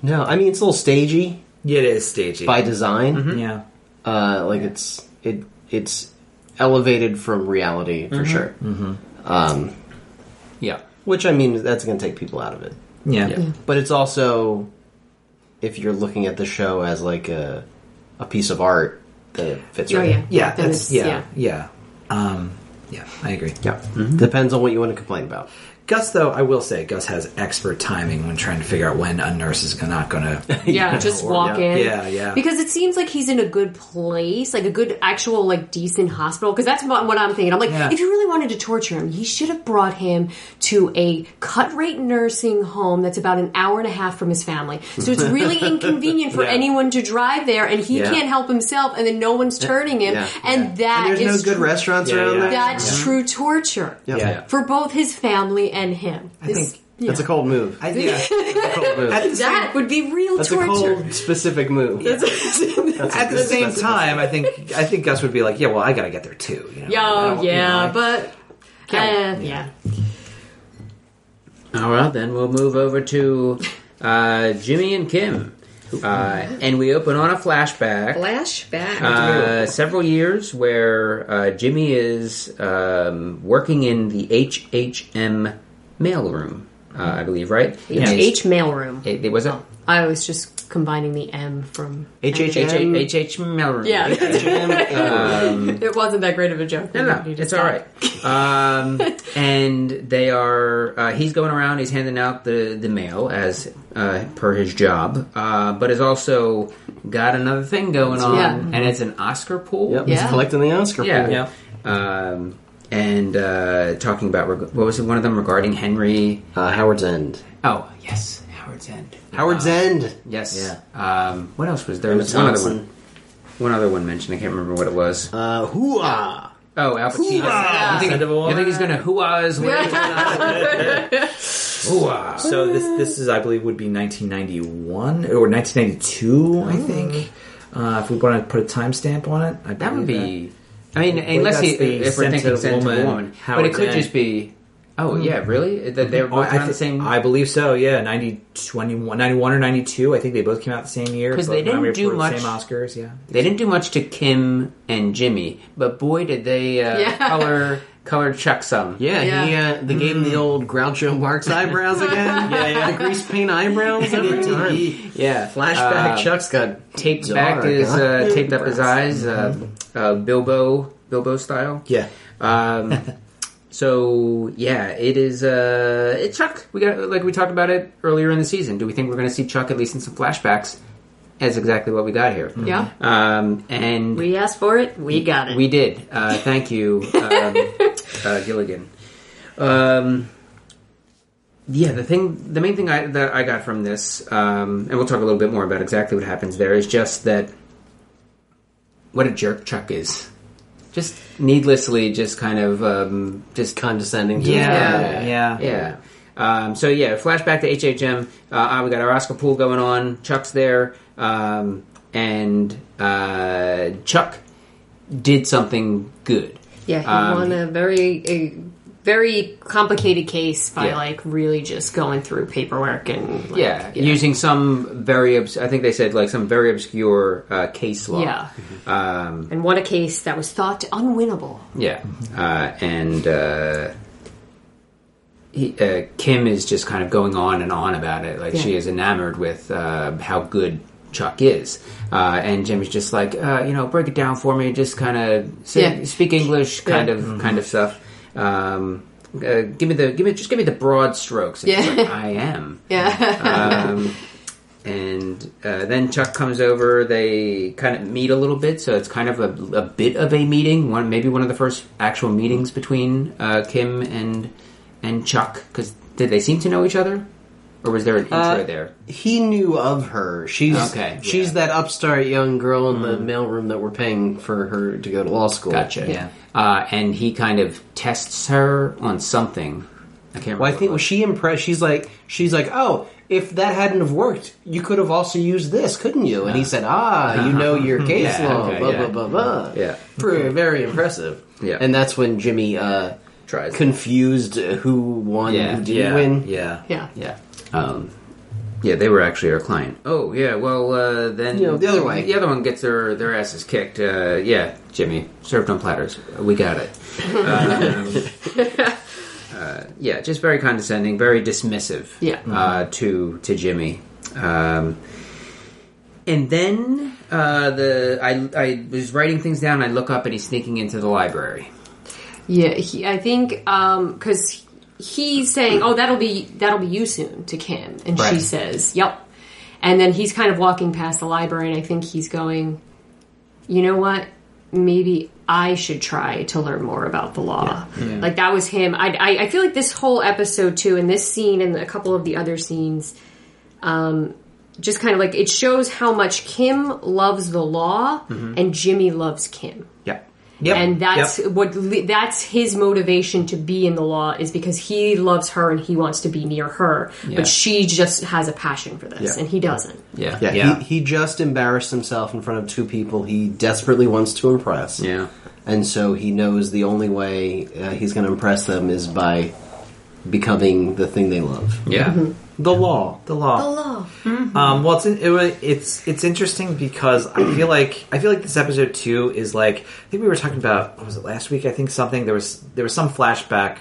Speaker 5: No, I mean it's a little stagey
Speaker 3: Yeah, it is stagey.
Speaker 5: by design.
Speaker 3: yeah,
Speaker 5: Uh, like it's it it's elevated from reality for sure. Um,
Speaker 2: Yeah,
Speaker 5: which I mean that's going to take people out of it.
Speaker 3: yeah,
Speaker 2: yeah,
Speaker 5: But it's also if you're looking at the show as like a a piece of art that it fits
Speaker 4: Oh
Speaker 5: right.
Speaker 4: yeah,
Speaker 3: yeah.
Speaker 4: That
Speaker 3: That's
Speaker 4: is-
Speaker 3: yeah, yeah. Um, yeah, I agree.
Speaker 5: Yeah. Depends on what you want to complain about.
Speaker 3: Gus, though, I will say, Gus has expert timing when trying to figure out when a nurse is not going <laughs> to.
Speaker 4: <laughs> Yeah, just walk
Speaker 3: yeah.
Speaker 4: in.
Speaker 3: Yeah, yeah.
Speaker 4: Because it seems like he's in a good place, like a good, actual, like decent hospital. Because that's what, what I'm thinking. I'm like,
Speaker 3: Yeah.
Speaker 4: if you really wanted to torture him, he should have brought him to a cut rate nursing home that's about an hour and a half from his family. So
Speaker 5: <laughs>
Speaker 4: it's really inconvenient for
Speaker 3: Yeah.
Speaker 4: anyone to drive there, and he
Speaker 5: Yeah.
Speaker 4: can't help himself, and then no one's turning him,
Speaker 5: Yeah.
Speaker 4: and that
Speaker 5: And
Speaker 4: is
Speaker 5: there's no good
Speaker 4: tru-
Speaker 5: restaurants
Speaker 3: Yeah,
Speaker 5: around
Speaker 3: yeah.
Speaker 5: there.
Speaker 4: That's true torture
Speaker 5: Yeah.
Speaker 3: Yeah.
Speaker 4: for both his family and him. I
Speaker 3: think-
Speaker 5: That's a cold move.
Speaker 3: I, yeah. <laughs>
Speaker 5: That's a cold move.
Speaker 3: At the same-
Speaker 4: that would be real
Speaker 5: That's a
Speaker 4: torture.
Speaker 5: cold specific move.
Speaker 3: at the
Speaker 5: That's-
Speaker 3: same
Speaker 5: that's-
Speaker 3: time, I think I think Gus would be like, "Yeah, well, I got to get there too." You know? I
Speaker 4: Yeah,
Speaker 3: don't- you know,
Speaker 4: yeah,
Speaker 3: I-
Speaker 4: but
Speaker 3: Can't-
Speaker 4: uh, yeah.
Speaker 2: All right, then we'll move over to uh, Jimmy and Kim, uh, and we open on a flashback.
Speaker 4: Flashback.
Speaker 2: Uh, several years where uh, Jimmy is um, working in the HHM mailroom, uh, I believe, right?
Speaker 4: H H mailroom.
Speaker 2: It, it was a
Speaker 4: I was just combining the M from
Speaker 5: HHM.
Speaker 2: HH mailroom.
Speaker 5: <laughs>
Speaker 4: Yeah.
Speaker 5: HHM.
Speaker 4: It wasn't that great of a joke.
Speaker 2: No, no,
Speaker 4: You just
Speaker 2: it's all right.
Speaker 4: got- <laughs>
Speaker 2: Um, and they are. Uh, he's going around. He's handing out the the mail as uh, per his job, uh, but has also got another thing going on,
Speaker 4: Yeah.
Speaker 2: and it's an Oscar pool.
Speaker 5: Yep,
Speaker 4: Yeah.
Speaker 5: he's collecting the Oscar.
Speaker 2: Yeah.
Speaker 5: pool.
Speaker 2: Um, and uh, talking about reg- what was it? One of them regarding Henry.
Speaker 5: Uh, Howard's End.
Speaker 2: Oh yes, Howard's End.
Speaker 5: Howard's
Speaker 2: Uh,
Speaker 5: End.
Speaker 2: Yes. Um, what else was there?
Speaker 5: Emma
Speaker 2: There was one other
Speaker 5: Thompson.
Speaker 2: one. One other one mentioned. I can't remember what it was.
Speaker 5: Uh, hooah!
Speaker 2: oh, Al Pacino.
Speaker 5: Hoorah!
Speaker 2: You think-
Speaker 3: End of a
Speaker 2: you think he's
Speaker 3: woman.
Speaker 2: gonna hooah his way? Hooah.
Speaker 3: So this this is I believe would be 1991 or 1992, I think. Uh, if we want to put a timestamp on it, I
Speaker 2: That would
Speaker 3: believe
Speaker 2: be. I mean, unless
Speaker 3: that's
Speaker 2: he,
Speaker 3: the
Speaker 2: if we're thinking
Speaker 3: scented
Speaker 2: scented woman,
Speaker 3: woman,
Speaker 2: but it
Speaker 3: Howard's
Speaker 2: could
Speaker 3: End.
Speaker 2: just be. Oh yeah, really? That they were
Speaker 3: that. Oh,
Speaker 2: both
Speaker 3: I,
Speaker 2: around the
Speaker 3: thi-
Speaker 2: same.
Speaker 3: I believe so. Yeah, 90, 21, 91 or ninety two. I think they both came out the same year
Speaker 2: 'Cause
Speaker 3: both
Speaker 2: they didn't
Speaker 3: nominated
Speaker 2: do
Speaker 3: for the Same
Speaker 2: much-
Speaker 3: Oscars, yeah.
Speaker 2: they didn't do much to Kim and Jimmy, but boy, did they uh,
Speaker 4: Yeah.
Speaker 2: color color Chuck some.
Speaker 5: Yeah, he
Speaker 4: Yeah.
Speaker 5: uh, they gave him the old Groucho Marx eyebrows again. yeah, yeah, the grease paint <laughs> eyebrows every time.
Speaker 2: yeah.
Speaker 5: Flashback.
Speaker 2: Uh,
Speaker 5: Chuck's got
Speaker 2: taped
Speaker 5: dark,
Speaker 2: back his
Speaker 5: huh?
Speaker 2: uh, taped up his eyes, uh,
Speaker 3: Mm-hmm.
Speaker 2: uh, Bilbo Bilbo style.
Speaker 5: yeah.
Speaker 2: Um, <laughs> so yeah, it is. Uh, it's Chuck. We got like we talked about it earlier in the season. Do we think we're going to see Chuck at least in some flashbacks? That's exactly what we got here.
Speaker 4: <laughs> Yeah.
Speaker 2: Um, and we,
Speaker 4: We asked for it. We got it.
Speaker 2: did. Uh, thank you, um, uh, Gilligan. Um, yeah, the thing, the main thing I, that I got from this, um, and we'll talk a little bit more about exactly what happens there, is just that what a jerk Chuck is. Just needlessly, just kind of, um, just
Speaker 5: Condescending. To
Speaker 3: Yeah, yeah.
Speaker 2: yeah. Um, so yeah, flashback to HHM. Uh, Uh, we got our Oscar pool going on. Chuck's there, um, and uh, Chuck did something good.
Speaker 4: yeah, he
Speaker 2: Um,
Speaker 4: won a very a very complicated case by
Speaker 2: Yeah.
Speaker 4: like really just going through paperwork and like,
Speaker 2: Yeah, using some very, obs- I think they said like some very obscure uh, case law. Mm-hmm. Um,
Speaker 4: yeah, and won a case that was thought unwinnable.
Speaker 2: Yeah, uh, and uh, he, uh, Kim is just kind of going on and on about it. Like she
Speaker 4: Yeah.
Speaker 2: is enamored with uh, how good Chuck is, uh, and Jimmy's just like, uh, you know, break it down for me. Just kind of
Speaker 4: Yeah.
Speaker 2: speak English, kind
Speaker 4: Yeah. Mm-hmm.
Speaker 2: of kind of stuff. Um, uh, give me the give me just give me the broad strokes. And she's
Speaker 4: Yeah. <laughs>
Speaker 2: like, I am.
Speaker 4: Yeah,
Speaker 2: Um, and uh, then Chuck comes over. They kind of meet a little bit, so it's kind of a, a bit of a meeting. One maybe one of the first actual meetings between uh, Kim and and Chuck. Because did they seem to know each other, or was there an intro
Speaker 5: Uh,
Speaker 2: there?
Speaker 5: He knew of her. She's
Speaker 2: Okay,
Speaker 5: she's
Speaker 2: yeah. Mm-hmm.
Speaker 5: that upstart young girl in the mailroom that we're paying for her to go to law school.
Speaker 2: Gotcha. Uh, and he kind of tests her on something. I can't. Remember
Speaker 5: Well, I
Speaker 2: what
Speaker 5: think
Speaker 2: it
Speaker 5: well,
Speaker 2: was.
Speaker 5: she impressed. She's like, she's like, oh, if that hadn't have worked, you could have also used this, couldn't you? And he said, ah,
Speaker 2: <laughs>
Speaker 5: you know your case
Speaker 2: Yeah,
Speaker 5: law,
Speaker 2: okay,
Speaker 5: blah,
Speaker 2: yeah.
Speaker 5: blah blah blah
Speaker 2: Yeah.
Speaker 5: very, very impressive.
Speaker 2: Yeah.
Speaker 5: and that's when Jimmy uh,
Speaker 2: Tries.
Speaker 5: confused who won,
Speaker 2: Yeah,
Speaker 5: who didn't
Speaker 3: Yeah,
Speaker 5: win.
Speaker 3: yeah.
Speaker 4: <laughs> yeah,
Speaker 2: Yeah. Um, yeah, they were actually our client. Oh, yeah. Well, uh, then
Speaker 5: You know, the other way.
Speaker 2: The other one gets their their asses kicked. Uh, yeah, Jimmy served on platters. We got it. Um, <laughs> uh, yeah, just very condescending, very dismissive.
Speaker 4: Yeah.
Speaker 2: Uh, to to Jimmy. Um, and then uh, the I I was writing things down. I look up and he's sneaking into the library.
Speaker 4: yeah. He, I think because um, he's saying, "Oh, that'll be that'll be you soon" to Kim, and she
Speaker 5: Right.
Speaker 4: says, "Yep." And then he's kind of walking past the library, and I think he's going, "You know what? Maybe I should try to learn more about the law." Like that was him. I, I I feel like this whole episode too, and this scene, and a couple of the other scenes, just kind of like it shows how much Kim loves the law, and Jimmy loves Kim
Speaker 5: Yeah.
Speaker 3: Yep.
Speaker 4: and that's
Speaker 3: Yep.
Speaker 4: what le- that's his motivation to be in the law is because he loves her and he wants to be near her
Speaker 2: Yeah.
Speaker 4: but she just has a passion for this
Speaker 5: Yeah.
Speaker 4: and he doesn't
Speaker 2: Yeah.
Speaker 5: Yeah,
Speaker 2: Yeah.
Speaker 5: He, he just embarrassed himself in front of two people he desperately wants to impress.
Speaker 2: Yeah.
Speaker 5: And so he knows the only way uh, he's going to impress them is by becoming the thing they love. <laughs>
Speaker 2: Yeah.
Speaker 3: the law, the law,
Speaker 4: law
Speaker 2: Mm-hmm.
Speaker 3: Um, well, it's it, wa- it's it's interesting because I
Speaker 2: <clears throat>
Speaker 3: feel like I feel like this episode two is like I think we were talking about what was it last week? I think something there was there was some flashback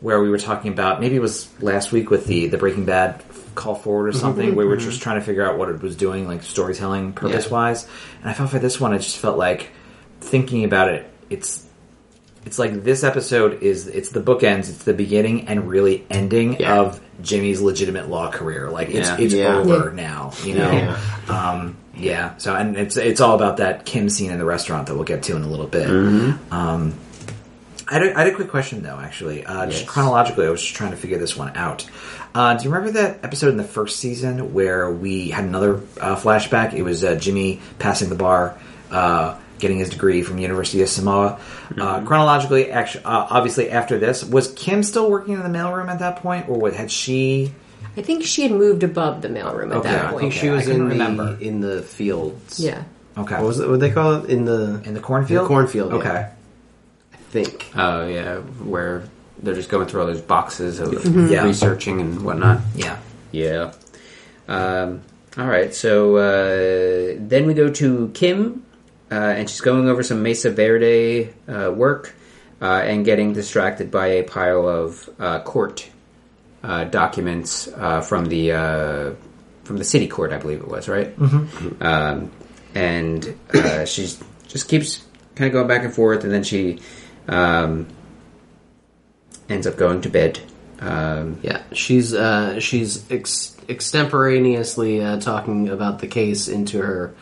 Speaker 3: where we were talking about maybe it was last week with the the Breaking Bad call forward
Speaker 2: Mm-hmm.
Speaker 3: or something where we were just trying to figure out what it was doing like storytelling purpose wise. And I felt for this one, I just felt like thinking about it, it's it's like this episode is it's the bookends, it's the beginning and really ending
Speaker 2: Yeah.
Speaker 3: of Jimmy's legitimate law career. Like it's
Speaker 2: Yeah.
Speaker 3: it's
Speaker 5: Yeah.
Speaker 3: over now, you know.
Speaker 5: Yeah.
Speaker 3: Um, yeah. So and it's it's all about that Kim scene in the restaurant that we'll get to in a little bit.
Speaker 5: Mm-hmm.
Speaker 3: Um, I had, a, I had a quick question though, actually. Uh, Just chronologically, I was just trying to figure this one out. Uh, do you remember that episode in the first season where we had another uh, flashback? It was uh, Jimmy passing the bar, uh, getting his degree from University of Samoa.
Speaker 5: Mm-hmm.
Speaker 3: Uh, chronologically, actually, uh, obviously after this, was Kim still working in the mailroom at that point, or what, had she?
Speaker 4: i think she had moved above the mailroom at
Speaker 3: Okay,
Speaker 4: that
Speaker 3: I
Speaker 5: I
Speaker 4: point
Speaker 5: think she
Speaker 3: Okay,
Speaker 5: was
Speaker 3: I couldn't
Speaker 5: in the
Speaker 3: remember.
Speaker 5: in the fields.
Speaker 4: yeah
Speaker 3: Okay,
Speaker 5: What was it? What they call it in the
Speaker 3: in the cornfield?
Speaker 5: The cornfield. yeah,
Speaker 3: Okay.
Speaker 5: I think.
Speaker 2: Oh yeah, where they're just going through all those boxes of
Speaker 3: Yeah.
Speaker 2: researching and whatnot.
Speaker 3: Yeah.
Speaker 2: Yeah. Um, all right. So uh, then we go to Kim, uh, and she's going over some Mesa Verde uh, work uh, and getting distracted by a pile of uh, court uh, documents uh, from the uh, from the city court, I believe it was, right? Mm-hmm. Um, and uh, she just keeps kind of going back and forth, and then she um, ends up going to bed. Um,
Speaker 5: Yeah, she's uh, she's ex- extemporaneously uh, talking about the case into her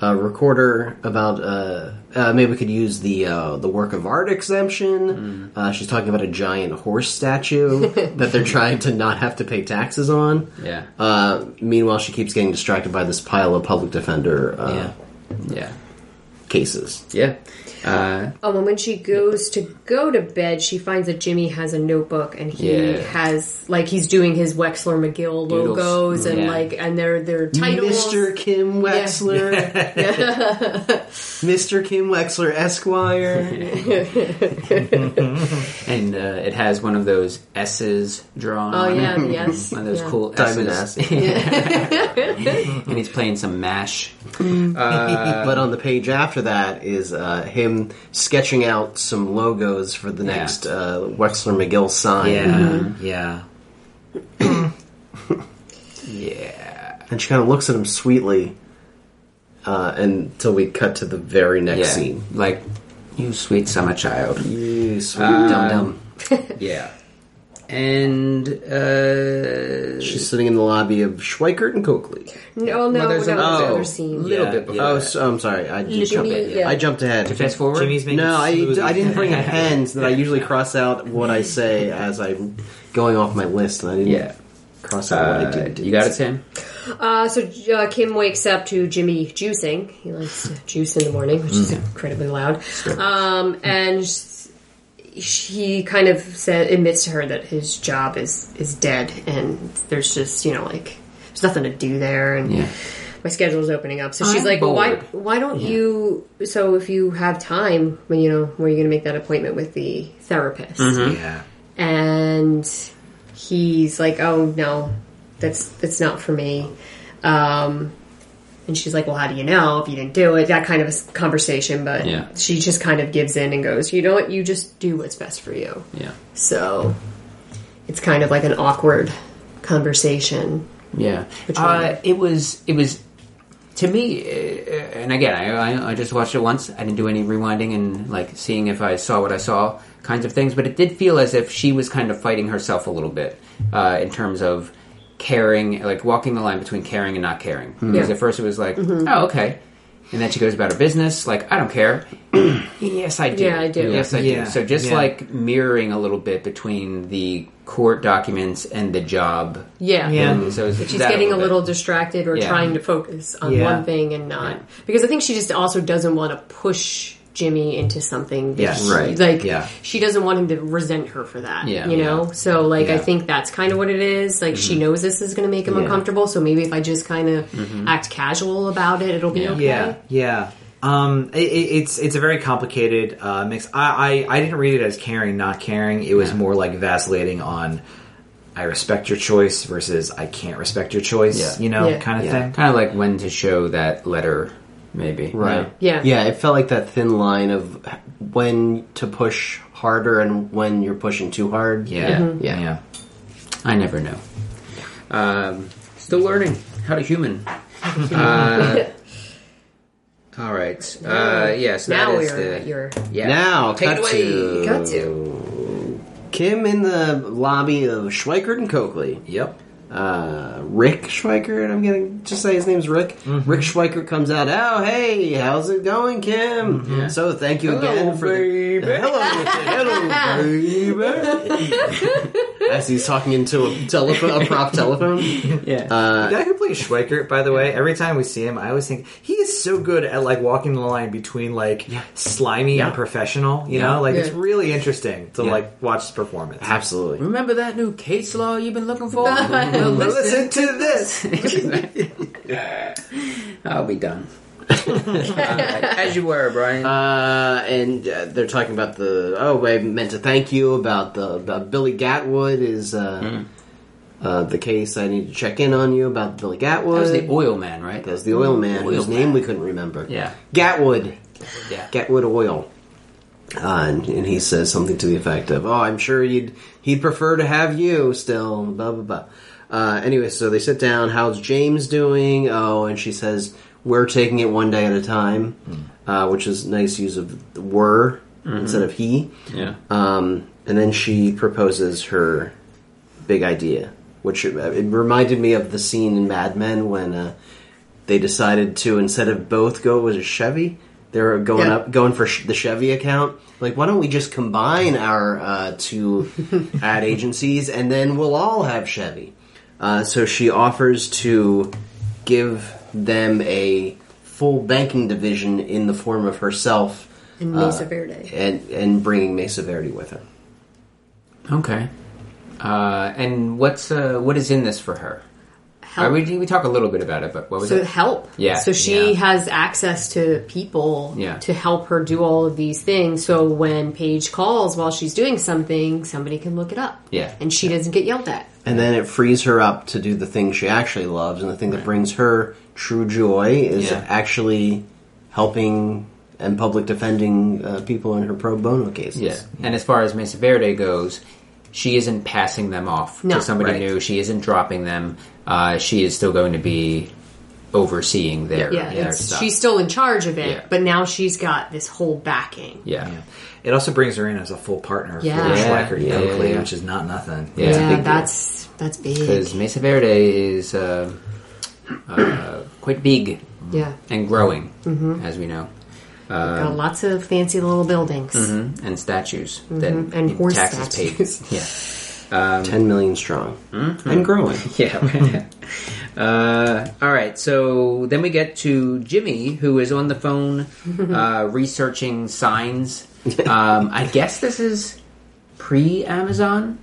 Speaker 5: uh, recorder about uh, uh, maybe we could use the uh, the work of art exemption.
Speaker 2: Hmm.
Speaker 5: Uh, she's talking about a giant horse statue
Speaker 2: <laughs>
Speaker 5: that they're trying to not have to pay taxes on.
Speaker 2: Yeah.
Speaker 5: Uh, meanwhile, she keeps getting distracted by this pile of public defender uh,
Speaker 2: yeah. Yeah.
Speaker 5: cases.
Speaker 2: Yeah. Uh,
Speaker 4: um, and when she goes to go to bed she finds that jimmy has a notebook and he
Speaker 2: Yeah.
Speaker 4: has like he's doing his wexler mcgill
Speaker 2: Doodles.
Speaker 4: logos and
Speaker 2: Yeah.
Speaker 4: like and their their titles
Speaker 5: Mr. Kim Wexler, Mr. Kim Wexler
Speaker 2: <laughs>
Speaker 5: Esquire.
Speaker 2: and uh, it has one of those S's drawn.
Speaker 4: oh
Speaker 2: on it.
Speaker 4: yeah
Speaker 2: <laughs>
Speaker 4: yes
Speaker 2: One of those
Speaker 4: yeah.
Speaker 2: cool
Speaker 5: Diamond
Speaker 2: S's. <laughs>
Speaker 5: S.
Speaker 4: <laughs>
Speaker 2: and he's playing some mash.
Speaker 5: but on the page after that is uh, him sketching out some logos for the next uh, Wexler McGill sign.
Speaker 3: Yeah.
Speaker 4: Mm-hmm.
Speaker 2: Um,
Speaker 3: Yeah.
Speaker 2: Yeah.
Speaker 5: And she kind of looks at him sweetly uh, until we cut to the very next
Speaker 2: Yeah.
Speaker 5: scene.
Speaker 2: Like, you sweet summer child.
Speaker 5: You sweet dum dum.
Speaker 2: Yeah. And, uh.
Speaker 5: She's sitting in the lobby of Schweikert and Coakley.
Speaker 4: no no
Speaker 2: Well, there's
Speaker 4: that was the
Speaker 2: another-
Speaker 4: other scene
Speaker 2: little
Speaker 3: Yeah,
Speaker 2: bit before.
Speaker 5: Oh,
Speaker 2: that.
Speaker 5: so, I'm sorry. I, did jump
Speaker 4: Jimmy,
Speaker 5: ahead.
Speaker 4: yeah.
Speaker 5: I jumped ahead.
Speaker 2: Fast forward?
Speaker 3: Jimmy's making
Speaker 5: no, I,
Speaker 3: smoothies.
Speaker 5: I didn't
Speaker 2: <laughs>
Speaker 5: bring a pen, so that I usually cross out what I say as I'm going off my list, and I didn't
Speaker 2: Yeah.
Speaker 5: cross out
Speaker 2: Uh,
Speaker 5: what I did.
Speaker 2: you got it, Sam?
Speaker 4: Uh, so uh, Kim wakes up to Jimmy juicing. He likes to juice in the morning, which
Speaker 2: Mm.
Speaker 4: is incredibly loud. Um, and s- he kind of sa admits to her that his job is is dead, and there's just you know like there's nothing to do there, and
Speaker 2: Yeah.
Speaker 4: my schedule's opening up. So she's
Speaker 2: I'm
Speaker 4: like, well, why
Speaker 2: bored.
Speaker 4: why don't you? So if you have time, when you know, where are you going to make that appointment with the therapist?
Speaker 2: Mm-hmm.
Speaker 3: Yeah.
Speaker 4: and he's like, "Oh no, that's that's not for me." Um, and she's like, "Well, how do you know if you didn't do it?" That kind of a s- conversation, but
Speaker 2: Yeah.
Speaker 4: she just kind of gives in and goes, "You know what? You just do what's best for you."
Speaker 2: Yeah.
Speaker 4: So it's kind of like an awkward conversation.
Speaker 2: Yeah.
Speaker 4: Which
Speaker 2: Uh,
Speaker 4: one?
Speaker 2: it was, it was to me, uh, and again, I, I- I just watched it once. I didn't do any rewinding and like seeing if I saw what I saw kinds of things, but it did feel as if she was kind of fighting herself a little bit uh, in terms of caring, like walking the line between caring and not caring. Because
Speaker 4: Hmm. Yeah. Mm-hmm.
Speaker 2: at first it was like, oh, okay. And then she goes about her business, like, I don't
Speaker 4: <coughs>
Speaker 2: care. yes, I do.
Speaker 4: Yeah, I do.
Speaker 2: Yes, I
Speaker 3: Yeah.
Speaker 2: do. So just
Speaker 3: Yeah.
Speaker 2: like mirroring a little bit between the court documents and the job.
Speaker 4: Yeah.
Speaker 3: Yeah.
Speaker 2: And so it's
Speaker 4: She's
Speaker 2: that
Speaker 4: getting a
Speaker 2: bit.
Speaker 4: little distracted or
Speaker 2: Yeah.
Speaker 4: trying to focus on
Speaker 3: Yeah.
Speaker 4: one thing and not because I think she just also doesn't want to push Jimmy into something. that
Speaker 3: Yes.
Speaker 4: she-
Speaker 5: Right.
Speaker 4: Like
Speaker 5: Yeah.
Speaker 4: she doesn't want him to resent her for that.
Speaker 2: Yeah.
Speaker 4: You know. So like I
Speaker 2: Yeah. Mm-hmm.
Speaker 4: think that's kind of what it is. Like she knows this is going to make him uncomfortable. So maybe if I just kind of act casual about it, it'll be
Speaker 2: Mm-hmm. Yeah.
Speaker 4: okay.
Speaker 3: Yeah, yeah. Um, i i it's it's a very complicated uh, mix. I, I I didn't read it as caring, not caring. It was
Speaker 2: Yeah.
Speaker 3: more like vacillating on. I respect your choice versus I can't respect your choice.
Speaker 2: Yeah.
Speaker 3: You know,
Speaker 4: Yeah.
Speaker 3: kind of
Speaker 5: Yeah.
Speaker 3: thing.
Speaker 2: kind of like when to show that letter, maybe.
Speaker 5: Right.
Speaker 4: Yeah.
Speaker 5: Yeah, it felt like that thin line of when to push harder and when you're pushing too hard.
Speaker 3: Yeah,
Speaker 4: Mm-hmm.
Speaker 2: Mhm.
Speaker 5: Yeah.
Speaker 3: yeah.
Speaker 2: I never know. Um, still learning how to human. Uh, all right. Uh, yeah. So
Speaker 4: <laughs> Now
Speaker 2: that
Speaker 4: we
Speaker 2: is
Speaker 4: are
Speaker 2: the
Speaker 4: at your
Speaker 2: yeah.
Speaker 5: Now,
Speaker 2: Take
Speaker 5: cut
Speaker 2: it away.
Speaker 5: to-
Speaker 4: got <laughs> to.
Speaker 5: Kim in the lobby of Schweikert and Coakley.
Speaker 3: Yep.
Speaker 5: Uh, Rick Schweikert, I'm going to just say his name's Rick. Rick Schweikert comes out, oh, hey, how's it going, Kim? So thank you again for
Speaker 3: baby.
Speaker 5: the... <laughs> Hello, hello, baby. As he's talking into a telephone, a prop telephone.
Speaker 2: Yeah.
Speaker 4: Uh,
Speaker 3: The guy who plays Schweikert, by the way, every time we see him, I always think he is so good at like walking the line between like slimy and professional. You
Speaker 2: Yeah.
Speaker 3: know, like it's
Speaker 4: Yeah.
Speaker 3: really interesting to like watch his performance.
Speaker 5: Absolutely.
Speaker 2: Remember that new case law you've been looking
Speaker 4: <laughs>
Speaker 2: for? Well, listen.
Speaker 3: Listen to this.
Speaker 2: I'll be
Speaker 4: <laughs>
Speaker 2: done. All right. As you were, Brian.
Speaker 5: <laughs> Uh, and uh, they're talking about the oh, I meant to thank you about the about Billy Gatwood is uh, uh, the case. I need to check in on you about Billy Gatwood.
Speaker 2: Hmm. that was the oil man, right?
Speaker 5: That was the oil man
Speaker 2: Oil
Speaker 5: whose
Speaker 2: man.
Speaker 5: name we couldn't remember.
Speaker 2: Yeah.
Speaker 5: Gatwood,
Speaker 2: Yeah.
Speaker 5: Gatwood Oil. Uh, and, and he says something to the effect of, "Oh, I'm sure he'd he'd prefer to have you still." Blah blah blah. Uh, anyway, so they sit down. How's James doing? Oh, and she says, "We're taking it one day at a time," uh, which is nice use of the "were" instead of "he."
Speaker 2: Yeah. Uh,
Speaker 5: Um, and then she proposes her big idea, which it, it reminded me of the scene in Mad Men when uh, they decided to instead of both go was a Chevy. They were going
Speaker 4: Yeah.
Speaker 5: up, going for sh- the Chevy account. Like, why don't we just combine our uh, two ad agencies, and then we'll all have Chevy? Uh, so she offers to give them a full banking division in the form of herself
Speaker 4: In Mesa Verde.
Speaker 5: and and bringing Mesa Verde with her.
Speaker 2: Okay. Uh, and what's uh, what is in this for her?
Speaker 4: Help.
Speaker 2: I, we, we talk a little bit about it, but what was
Speaker 4: Oh. so
Speaker 2: it?
Speaker 4: help.
Speaker 2: Yeah.
Speaker 4: So she
Speaker 2: Yeah.
Speaker 4: has access to people
Speaker 2: Yeah.
Speaker 4: to help her do all of these things. So when Paige calls while she's doing something, somebody can look it up.
Speaker 2: Yeah.
Speaker 4: And she doesn't get yelled at.
Speaker 5: And then it frees her up to do the thing she actually loves, and the thing that brings her true joy is
Speaker 2: Yeah.
Speaker 5: actually helping and public defending uh, people in her pro bono cases.
Speaker 2: Yeah. And as far as Mesa Verde goes, she isn't passing them off
Speaker 4: No.
Speaker 2: to somebody
Speaker 5: Right.
Speaker 2: new. She isn't dropping them. Uh, she is still going to be overseeing their,
Speaker 4: Yeah.
Speaker 2: their
Speaker 4: it's,
Speaker 2: stuff.
Speaker 4: she's still in charge of it,
Speaker 2: Yeah.
Speaker 4: but now she's got this whole backing.
Speaker 2: yeah.
Speaker 3: Yeah. It also brings her in as a full partner
Speaker 4: Yeah.
Speaker 3: for
Speaker 2: Yeah,
Speaker 3: Schweikert
Speaker 2: yeah,
Speaker 3: Coakley,
Speaker 2: yeah.
Speaker 3: which is not nothing.
Speaker 2: Yeah. It's a big deal.
Speaker 4: that's that's big.
Speaker 2: Because Mesa Verde is uh, uh, quite big
Speaker 4: Yeah.
Speaker 2: and growing,
Speaker 4: Mm-hmm.
Speaker 2: as we know, um,
Speaker 4: got lots of fancy little buildings.
Speaker 2: and statues that
Speaker 4: Mm-hmm. And horse
Speaker 2: taxes
Speaker 4: statues.
Speaker 2: paid. Yeah.
Speaker 5: Um, Ten million strong
Speaker 2: Mm-hmm. <laughs>
Speaker 5: and growing.
Speaker 2: Yeah. <laughs> uh, all right. So then we get to Jimmy, who is on the <laughs> phone uh, researching signs. Um, I guess this is pre Amazon.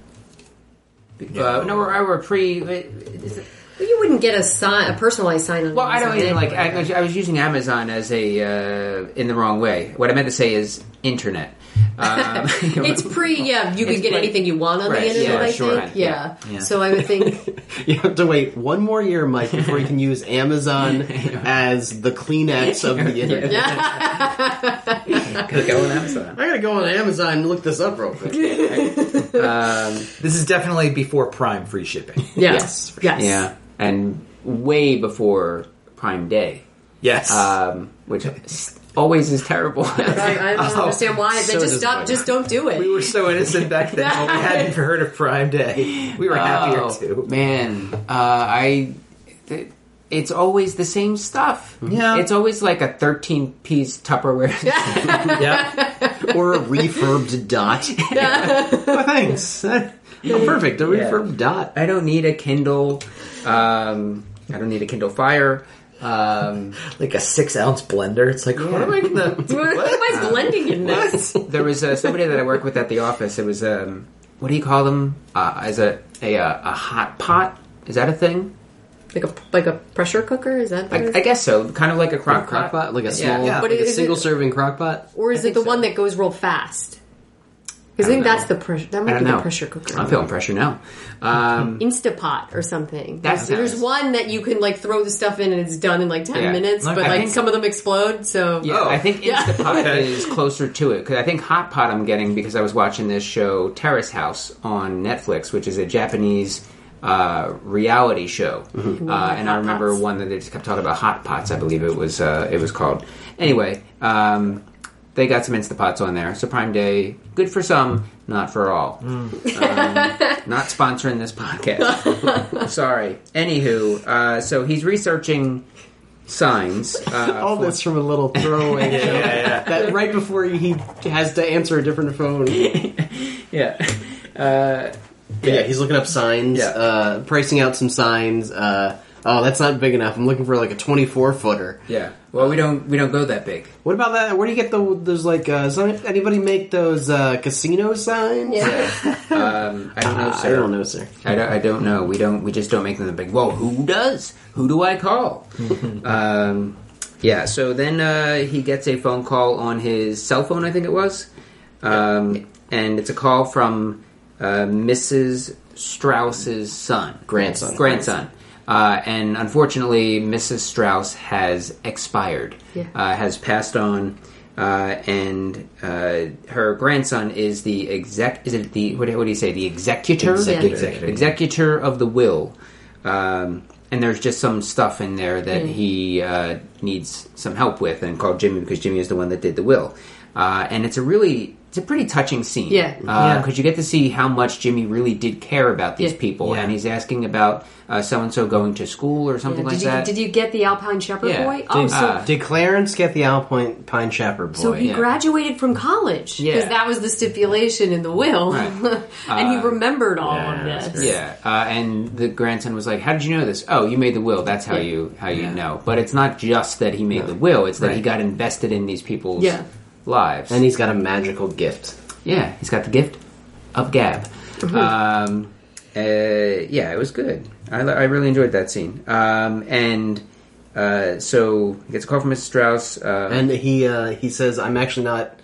Speaker 2: Uh, no, we're, we're pre. uh, is it-
Speaker 4: Well, you wouldn't get a sign, a personalized sign on.
Speaker 2: Well, I don't
Speaker 4: Amazon
Speaker 2: even like.
Speaker 4: anyway.
Speaker 2: I, was- I was using Amazon as a uh, in the wrong way. What I meant to say is internet. Um, <laughs>
Speaker 4: It's pre, yeah. You could
Speaker 2: It's
Speaker 4: get
Speaker 2: pre-
Speaker 4: anything you want on
Speaker 2: Right,
Speaker 4: the internet.
Speaker 2: yeah,
Speaker 4: I
Speaker 2: sure.
Speaker 4: think,
Speaker 2: Yeah.
Speaker 4: yeah.
Speaker 2: Yeah.
Speaker 4: So I would think <laughs>
Speaker 5: You have to wait one more year, Mike, before you can use
Speaker 2: <laughs>
Speaker 5: Amazon as the Kleenex of the internet.
Speaker 2: <laughs> go on Amazon.
Speaker 5: I gotta go on Amazon and look this up real quick.
Speaker 3: This is definitely before Prime free
Speaker 5: <laughs>
Speaker 3: shipping.
Speaker 4: Yes. Yes.
Speaker 2: Yeah, and way before Prime Day.
Speaker 3: Yes.
Speaker 2: um, which s- always is terrible.
Speaker 4: I, I don't
Speaker 3: Oh,
Speaker 4: understand why.
Speaker 3: so
Speaker 4: they just stop.
Speaker 3: disappointing.
Speaker 4: Just don't do it.
Speaker 3: we were so innocent back then when we hadn't heard of Prime Day. We were happier
Speaker 2: <laughs> Oh,
Speaker 5: <laughs>
Speaker 3: too.
Speaker 2: Man, uh, I. Th- it's always the same stuff.
Speaker 3: Yeah.
Speaker 2: It's always like a 13 piece Tupperware.
Speaker 4: <laughs>
Speaker 3: Yeah.
Speaker 5: or a refurbed dot. oh, <laughs> thanks. Oh, perfect. A refurbed dot.
Speaker 2: <laughs> I don't need a Kindle. Um, I don't need a Kindle Fire. Um,
Speaker 3: like a six ounce blender. It's like, what am I
Speaker 4: what,
Speaker 3: gonna.
Speaker 4: what am I blending in this?
Speaker 2: there was uh, somebody that I worked with at the office. It was um, what do you call them? Uh, is a a uh, a hot pot? Is that a thing?
Speaker 4: Like a like a pressure cooker? Is that? what
Speaker 2: I,
Speaker 4: it is?
Speaker 2: I guess so. Kind of like a crock pot.
Speaker 5: Crockpot, like a small,
Speaker 4: Yeah, but
Speaker 5: like a
Speaker 4: is it-
Speaker 5: single serving crockpot.
Speaker 4: or is it the one that goes real fast? Because I, think
Speaker 2: know.
Speaker 4: that's the pressure. That
Speaker 2: I
Speaker 4: might
Speaker 2: don't
Speaker 4: be
Speaker 2: know.
Speaker 4: the pressure cooker.
Speaker 2: I'm feeling pressure now. Um,
Speaker 4: Instapot or something.
Speaker 2: That
Speaker 4: There's, there's
Speaker 2: sounds-
Speaker 4: one that you can like throw the stuff in and it's done in like ten
Speaker 2: Yeah.
Speaker 4: minutes,
Speaker 2: Like,
Speaker 4: but
Speaker 2: I
Speaker 4: like
Speaker 2: think-
Speaker 4: some of them explode. So
Speaker 2: yeah,
Speaker 3: Oh.
Speaker 2: I think
Speaker 4: Yeah. <laughs>
Speaker 2: Instapot
Speaker 3: Okay.
Speaker 2: is closer to it because I think hot pot I'm getting because I was watching this show Terrace House on Netflix, which is a Japanese uh, reality show. Uh, and I
Speaker 4: Mm-hmm. Hot
Speaker 2: remember
Speaker 4: pots.
Speaker 2: one that they just kept talking about hot pots. I believe it was uh, it was called. Anyway, um, they got some Instapots on there. So Prime Day, good for some, not for all.
Speaker 4: Mm.
Speaker 2: Um, not sponsoring this
Speaker 4: <laughs>
Speaker 2: podcast. Sorry. Anywho, uh, so he's researching signs. Uh,
Speaker 5: <laughs>
Speaker 4: Oh.
Speaker 5: All this from a
Speaker 2: <laughs>
Speaker 5: little throwaway joke that right before he has to answer a different phone.
Speaker 2: yeah.
Speaker 5: But yeah, he's looking up signs,
Speaker 2: Yeah.
Speaker 5: uh, pricing out some signs. Uh, oh, that's not big enough. I'm looking for like a 24 footer.
Speaker 2: Yeah. Well, we don't we don't go that big.
Speaker 5: What about that? Where do you get the, those like? Uh, does anybody make those uh, casino signs?
Speaker 4: yeah.
Speaker 2: Um, I don't know,
Speaker 5: Uh, I
Speaker 2: sir.
Speaker 5: don't know, sir.
Speaker 2: I don't, I don't know. We don't. We just don't make them that big. Well, who does? Who do I call? um, yeah. So then uh, he gets a phone call on his cell phone. I think it was, um, and it's a call from uh, Mrs. Strauss's son,
Speaker 5: Grandson.
Speaker 2: grandson. Uh, and unfortunately, Mrs. Strauss has expired,
Speaker 4: Yeah.
Speaker 2: uh, has passed on, uh, and uh, her grandson is the exec. Is it the what, do- what do you say? The executor,
Speaker 4: Executor.
Speaker 2: executor, executor of the will. Um, and there's just some stuff in there that
Speaker 4: Mm.
Speaker 2: he uh, needs some help with, and called Jimmy because Jimmy is the one that did the will. Uh, and it's a really, it's a pretty touching scene.
Speaker 4: Yeah.
Speaker 2: because you get to see how much Jimmy really did care about these
Speaker 4: Yeah.
Speaker 2: people,
Speaker 3: Yeah.
Speaker 2: and he's asking about so and so going to school or <laughs> something
Speaker 4: did
Speaker 2: like
Speaker 4: you
Speaker 2: that.
Speaker 4: did you get the Alpine Shepherd
Speaker 2: Yeah.
Speaker 4: boy? Oh,
Speaker 2: Did-
Speaker 4: so
Speaker 2: uh,
Speaker 5: Did Clarence get the Alpine Pine Chaper boy?
Speaker 4: So he
Speaker 2: yeah.
Speaker 4: graduated from college because
Speaker 2: Yeah.
Speaker 4: that was the stipulation in the will,
Speaker 2: Right.
Speaker 4: <laughs>
Speaker 2: Uh,
Speaker 4: and he remembered all
Speaker 3: yeah, that's
Speaker 4: of this.
Speaker 3: great.
Speaker 2: yeah, uh, and the grandson was like, "How did you know this? Oh, you made the will. That's how
Speaker 4: Yeah.
Speaker 2: you how you know." But it's not just that he made the will; it's that he got invested in these people's
Speaker 4: Yeah.
Speaker 2: lives.
Speaker 5: and he's got a magical gift.
Speaker 2: Yeah, he's got the gift of gab. Um, uh, yeah, it was good. I, I really enjoyed that scene. Um, and uh, so he gets a call from Mrs. Strauss. Uh,
Speaker 5: And he uh, he says, "I'm actually not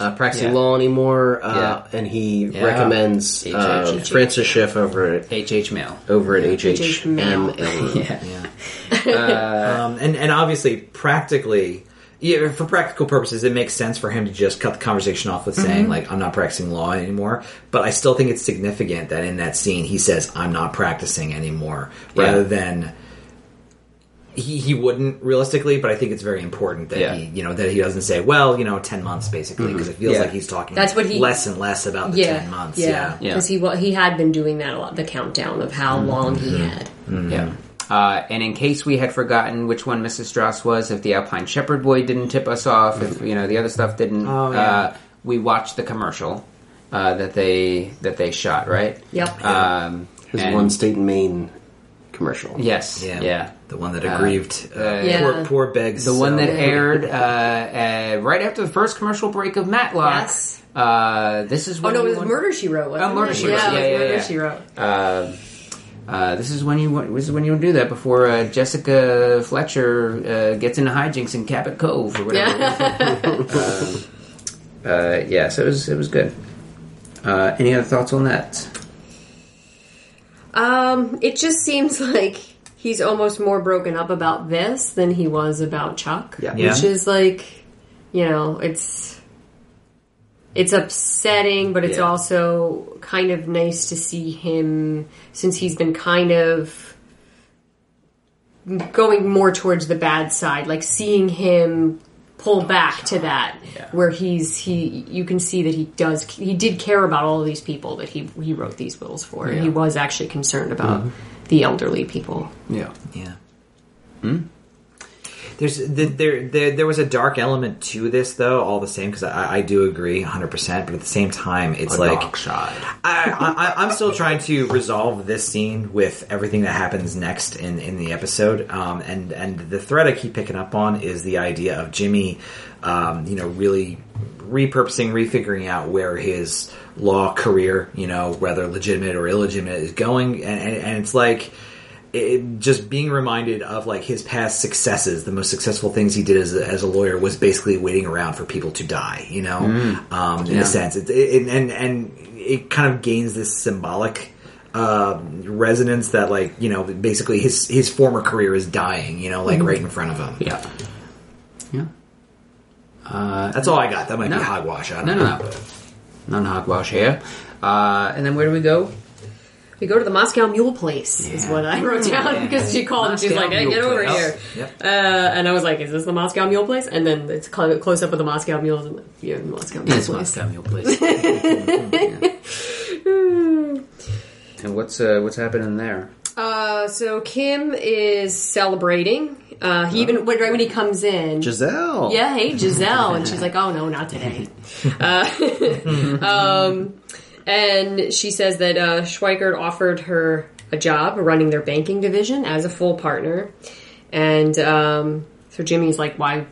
Speaker 5: uh, practicing
Speaker 2: Yeah.
Speaker 5: law anymore." Uh, And he recommends uh,
Speaker 2: HH.
Speaker 5: Francis Schiff over at
Speaker 2: HH Mail.
Speaker 5: over at
Speaker 4: HH Mail.
Speaker 5: HHML.
Speaker 3: Um, and and obviously, practically, yeah, for practical purposes, it makes sense for him to just cut the conversation off with
Speaker 2: Mm-hmm.
Speaker 3: saying like, "I'm not practicing law anymore." But I still think it's significant that in that scene he says, "I'm not practicing anymore," rather
Speaker 2: Yeah.
Speaker 3: than. He, he wouldn't realistically, but I think it's very important that
Speaker 2: Yeah. Mm-hmm.
Speaker 3: he, you know, that he doesn't say, well, you know, ten months basically, because it feels
Speaker 2: Yeah.
Speaker 3: like he's talking
Speaker 4: That's what he-
Speaker 3: less and less about the
Speaker 4: Yeah,
Speaker 3: ten months.
Speaker 4: yeah,
Speaker 2: Yeah.
Speaker 4: because he wa- he had been doing that a lot. The countdown of how long he had.
Speaker 3: Mm-hmm.
Speaker 2: Yeah. Uh, and in case we had forgotten which one Mrs. Strauss was, if the Alpine Shepherd boy didn't tip us off, if you know the other stuff didn't,
Speaker 3: Oh, yeah.
Speaker 2: uh, we watched the commercial uh, that they that they shot, right?
Speaker 4: Yep.
Speaker 2: Um,
Speaker 5: His
Speaker 2: and-
Speaker 5: one state in Maine commercial.
Speaker 2: Yes.
Speaker 3: yeah,
Speaker 2: yeah.
Speaker 3: The one that aggrieved uh,
Speaker 4: Yeah.
Speaker 3: poor poor Beg's
Speaker 2: The one
Speaker 3: son.
Speaker 2: that aired uh, uh, right after the first commercial break of Matlock.
Speaker 4: Yes.
Speaker 2: Uh, this is
Speaker 4: oh
Speaker 2: when
Speaker 4: no, it
Speaker 2: you
Speaker 4: was
Speaker 2: want-
Speaker 4: Murder She Wrote. Wasn't
Speaker 2: Oh, Murder,
Speaker 4: it?
Speaker 2: She Wrote.
Speaker 4: Yeah, it
Speaker 2: Yeah,
Speaker 4: was
Speaker 2: yeah,
Speaker 4: Murder
Speaker 2: yeah.
Speaker 4: She Wrote.
Speaker 2: Uh, uh, this is when you want, this is when you do that before uh, Jessica Fletcher uh, gets into hijinks in Cabot Cove or whatever. Um,
Speaker 4: Yeah.
Speaker 2: <laughs> Uh, yeah, so it was it was good. Uh, any other thoughts on that?
Speaker 4: um, it just seems <laughs> like he's almost more broken up about this than he was about Chuck.
Speaker 5: Yeah.
Speaker 3: Yeah.
Speaker 4: which is like, you know, it's it's upsetting, but it's
Speaker 2: Yeah.
Speaker 4: also kind of nice to see him since he's been kind of going more towards the bad side, like seeing him
Speaker 2: Oh,
Speaker 4: pull back to that, where he's he. You can see that he does. He did care about all of these people that he he wrote these wills for, and he
Speaker 2: Yeah. Mm-hmm.
Speaker 4: was actually concerned about the elderly people.
Speaker 2: Yeah.
Speaker 3: Yeah. There's the, there, there there was a dark element to this though, all the same. Because I, I do agree 100, percent but at the same time, it's like
Speaker 2: dark side.
Speaker 3: I, I, I'm still trying to resolve this scene with everything that happens next in, in the episode, um, and and the thread I keep picking up on is the idea of Jimmy, um, you know, really repurposing, refiguring out where his law career, you know, whether legitimate or illegitimate, is going, and and, and it's like it, just being reminded of like his past successes, the most successful things he did as a, as a lawyer was basically waiting around for people to die, you know, um, in
Speaker 2: Mm. Yeah.
Speaker 3: a sense. It, it, and and it kind of gains this symbolic um resonance that like you know basically his his former career is dying, you know, like
Speaker 2: Mm-hmm.
Speaker 3: right in front of him.
Speaker 2: Yeah. Yeah.
Speaker 3: That's all I got. That might
Speaker 2: No.
Speaker 3: be hogwash. I don't
Speaker 2: No,
Speaker 3: know.
Speaker 2: no, no. None hogwash here. Uh, and then where do we go?
Speaker 4: We go to the Moscow Mule Place, is
Speaker 2: Yeah.
Speaker 4: what I wrote down
Speaker 2: Yeah.
Speaker 4: because she called and she's
Speaker 2: Moscow
Speaker 4: like, "Hey,
Speaker 2: Mule
Speaker 4: get over
Speaker 2: Place.
Speaker 4: here."
Speaker 3: Yep.
Speaker 4: Uh, and I was like, "Is this the Moscow Mule Place?" And then it's cl- close up of the Moscow Mules. And like, yeah, the Moscow Mule
Speaker 2: It's
Speaker 4: Place.
Speaker 2: Moscow Mule Place.
Speaker 4: <laughs>
Speaker 2: <laughs> And what's uh, what's happening there?
Speaker 4: Uh, so Kim is celebrating. Uh, he even when, right when he comes in,
Speaker 5: Giselle.
Speaker 4: yeah, hey Giselle, and she's like, "Oh no, not today." uh, um, and she says that uh, Schweikert offered her a job running their banking division as a full partner, and um, so Jimmy's like, "Why,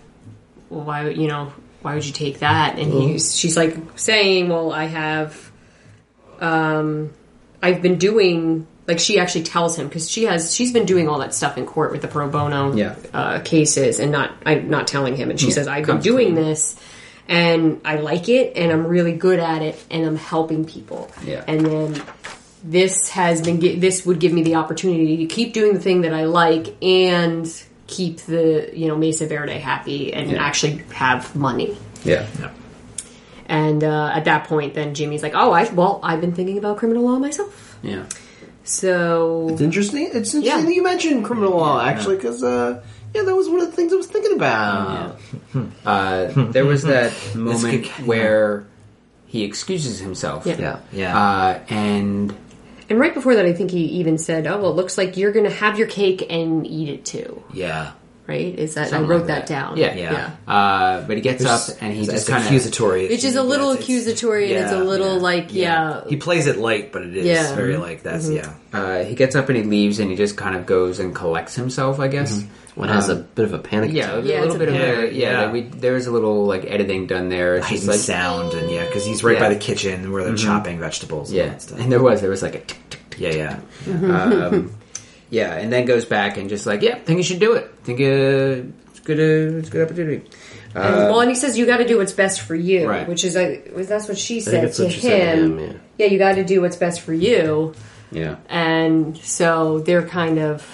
Speaker 4: why, you know, why would you take that?" And he's, she's like saying, "Well, I have, um, I've been doing." Like she actually tells him because she has she's been doing all that stuff in court with the pro bono
Speaker 2: Yeah.
Speaker 4: uh, cases and not I'm not telling him. And she says, "I've been
Speaker 2: comes
Speaker 4: doing
Speaker 2: clean.
Speaker 4: this, and I like it, and I'm really good at it, and I'm helping people."
Speaker 2: Yeah.
Speaker 4: And then this has been gi- this would give me the opportunity to keep doing the thing that I like and keep the you know Mesa Verde happy and
Speaker 2: Yeah.
Speaker 4: actually have money.
Speaker 2: Yeah.
Speaker 4: And uh, at that point, then Jimmy's like, "Oh, I well, I've been thinking about criminal law myself."
Speaker 2: Yeah.
Speaker 4: So
Speaker 5: It's interesting. It's interesting
Speaker 4: Yeah.
Speaker 5: that you mentioned criminal law, actually, because uh, yeah, that was one of the things I was thinking about.
Speaker 2: Uh, there was that moment
Speaker 3: good-
Speaker 2: where he excuses himself.
Speaker 4: Yeah.
Speaker 5: Yeah.
Speaker 3: Yeah.
Speaker 2: Uh, and
Speaker 4: and right before that, I think he even said, "Oh, well, it looks like you're going to have your cake and eat it too."
Speaker 3: yeah.
Speaker 4: right? Is that
Speaker 2: Something
Speaker 4: I wrote
Speaker 2: like that.
Speaker 4: that. down?
Speaker 2: Yeah.
Speaker 3: Yeah.
Speaker 2: uh, but he gets up and he
Speaker 3: It's-
Speaker 2: just
Speaker 3: it's
Speaker 2: kind of
Speaker 3: accusatory.
Speaker 4: Which is a little
Speaker 3: It's- it's-
Speaker 4: accusatory and it's a
Speaker 3: yeah,
Speaker 4: little
Speaker 3: yeah,
Speaker 4: like yeah.
Speaker 3: He plays it light, but it is
Speaker 4: Yeah.
Speaker 3: very
Speaker 2: Mm-hmm.
Speaker 3: like that's yeah.
Speaker 2: uh, he gets up and he leaves and he just kind of goes and collects himself. I guess.
Speaker 5: One has a
Speaker 2: Um,
Speaker 5: bit of a panic
Speaker 2: Yeah, a
Speaker 5: attack.
Speaker 4: Yeah,
Speaker 2: little
Speaker 4: it's a
Speaker 2: bit of
Speaker 3: bit.
Speaker 2: a, yeah.
Speaker 3: Yeah.
Speaker 2: like we, there was a little like editing done there. It's just
Speaker 3: heightened
Speaker 2: like
Speaker 3: sound and yeah, because he's right
Speaker 2: Yeah. Mm-hmm.
Speaker 3: by the kitchen where they're chopping vegetables. and all
Speaker 2: yeah,
Speaker 3: that stuff.
Speaker 2: and there was there was like a tick, tick,
Speaker 3: yeah, yeah, Mm-hmm. <laughs>
Speaker 2: um, yeah, and then goes back and just like, yeah, think you should do it. Think uh, it's good, uh, it's a good opportunity.
Speaker 4: And, well, and he says you got to do what's best for you,
Speaker 2: Right.
Speaker 4: which is like was- that's what she said
Speaker 5: that's
Speaker 4: to
Speaker 5: what
Speaker 4: him.
Speaker 5: she said to him, yeah.
Speaker 4: yeah. you got to do what's best for you,
Speaker 2: Yeah,
Speaker 4: and so they're kind of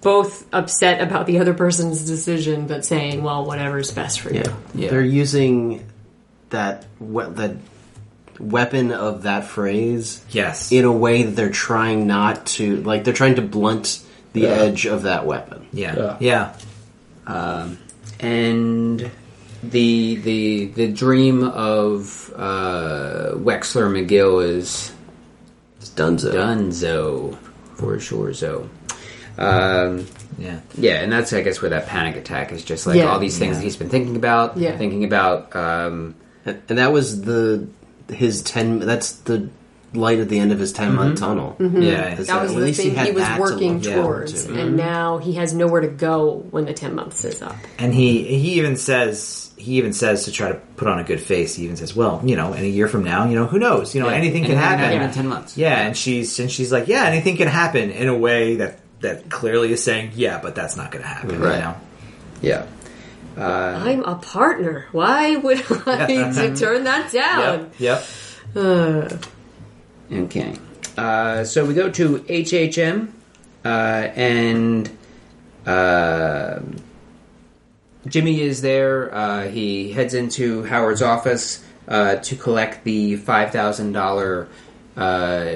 Speaker 4: both upset about the other person's decision, but saying, well, whatever's best for you.
Speaker 2: Yeah.
Speaker 5: They're using that we- that weapon of that phrase
Speaker 3: yes,
Speaker 5: in a way that they're trying not to like they're trying to blunt the edge of that weapon.
Speaker 3: yeah,
Speaker 2: Yeah.
Speaker 3: yeah, yeah.
Speaker 2: and the the the dream of uh, Wexler McGill is
Speaker 5: It's Dunzo.
Speaker 2: Dunzo for sure. So. Um, yeah, and that's I guess where that panic attack is just like
Speaker 4: Yeah.
Speaker 2: all these things that he's been thinking about,
Speaker 4: Yeah.
Speaker 2: thinking about. Um,
Speaker 5: And and that was the his ten. That's the light at the end of his 10 month tunnel.
Speaker 3: Yeah.
Speaker 5: Is
Speaker 4: Mm-hmm. That was
Speaker 5: at
Speaker 4: the
Speaker 5: least
Speaker 4: thing
Speaker 5: had
Speaker 4: he was
Speaker 5: that to
Speaker 4: working
Speaker 5: look forward
Speaker 4: towards,
Speaker 5: to. mm-hmm.
Speaker 4: and now he has nowhere to go when the ten months is up.
Speaker 3: And he he even says he even says to try to put on a good face. He even says, well, you know, in a year from now, you know, who knows? You know, anything can happen.
Speaker 2: in ten months.
Speaker 3: Yeah, and she's and she's like, yeah, anything can happen in a way that that clearly is saying, yeah, but that's not going to happen.
Speaker 2: Right.
Speaker 3: You know?
Speaker 2: yeah.
Speaker 5: Uh-huh.
Speaker 4: I'm a partner. Why would <laughs> I
Speaker 5: <laughs>
Speaker 4: to turn that down?
Speaker 3: Yep. Yep.
Speaker 2: Okay. Uh, so we go to HHM, uh, and uh, Jimmy is there. Uh, he heads into Howard's office uh, to collect the five thousand dollar uh,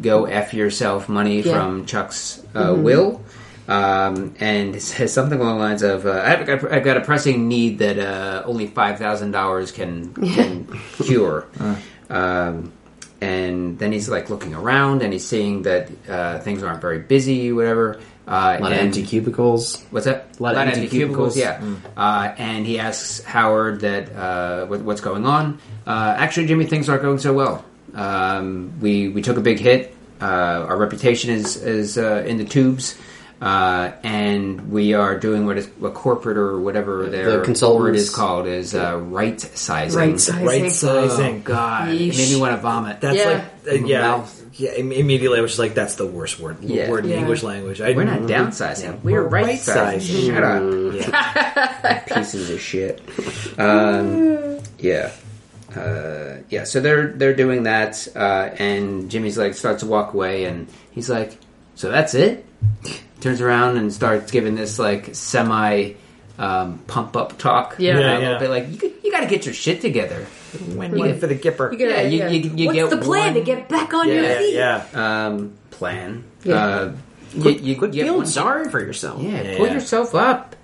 Speaker 2: "Go f yourself" money
Speaker 4: Yeah.
Speaker 2: from Chuck's uh, will. um, and it says something along the lines of, uh, I've, got, "I've got a pressing need that uh, only five thousand dollars can can cure."
Speaker 5: Uh.
Speaker 2: Um, and then he's like looking around and he's seeing that uh, things aren't very busy, whatever. Uh,
Speaker 5: A lot
Speaker 2: and-
Speaker 5: of empty cubicles.
Speaker 2: What's that?
Speaker 5: A lot of empty cubicles. Mm.
Speaker 2: Yeah. Uh, and he asks Howard that uh, what, what's going on. Uh, actually, Jimmy, things aren't going so well. Um, we we took a big hit. Uh, our reputation is is uh, in the tubes, uh, and we are doing what is what corporate or whatever their corporate
Speaker 5: consultants.
Speaker 2: is called is uh, right sizing.
Speaker 4: Right sizing.
Speaker 3: Right
Speaker 2: Oh
Speaker 3: sizing.
Speaker 2: God! It made me
Speaker 4: Yeesh.
Speaker 2: want to vomit.
Speaker 3: That's
Speaker 4: Yeah.
Speaker 3: like uh, yeah,
Speaker 2: Mouth.
Speaker 3: yeah. im- Immediately, I was just like, "That's the worst word
Speaker 2: Yeah.
Speaker 3: word in
Speaker 4: Yeah.
Speaker 3: English language." I,
Speaker 2: We're not downsizing. Mm-hmm. We're,
Speaker 3: We're
Speaker 2: right,
Speaker 3: right-sizing.
Speaker 2: sizing. Shut up.
Speaker 3: Yeah.
Speaker 2: <laughs> Pieces of <laughs> shit. Um, yeah. Uh, yeah. So they're they're doing that, uh, and Jimmy's like starts to walk away, and he's like, "So that's it." <laughs> Turns around and starts giving this like semi um, pump up talk. Uh,
Speaker 4: Yeah. Yeah,
Speaker 2: a little
Speaker 3: yeah.
Speaker 2: bit like you, got to get your shit together.
Speaker 3: When you for the Gipper.
Speaker 4: You
Speaker 2: Yeah,
Speaker 4: gotta-
Speaker 2: you-
Speaker 4: yeah.
Speaker 2: you- you
Speaker 4: What's
Speaker 2: get
Speaker 4: the plan
Speaker 2: one-
Speaker 4: to get back on your
Speaker 2: Yeah,
Speaker 4: feet?
Speaker 3: <laughs> yeah.
Speaker 2: Um, plan.
Speaker 4: Yeah.
Speaker 2: Uh, you, you
Speaker 5: Quit
Speaker 2: get
Speaker 5: feeling
Speaker 2: one-
Speaker 5: sorry for yourself.
Speaker 2: Yeah,
Speaker 3: Yeah,
Speaker 2: pull
Speaker 3: yeah.
Speaker 2: yourself up.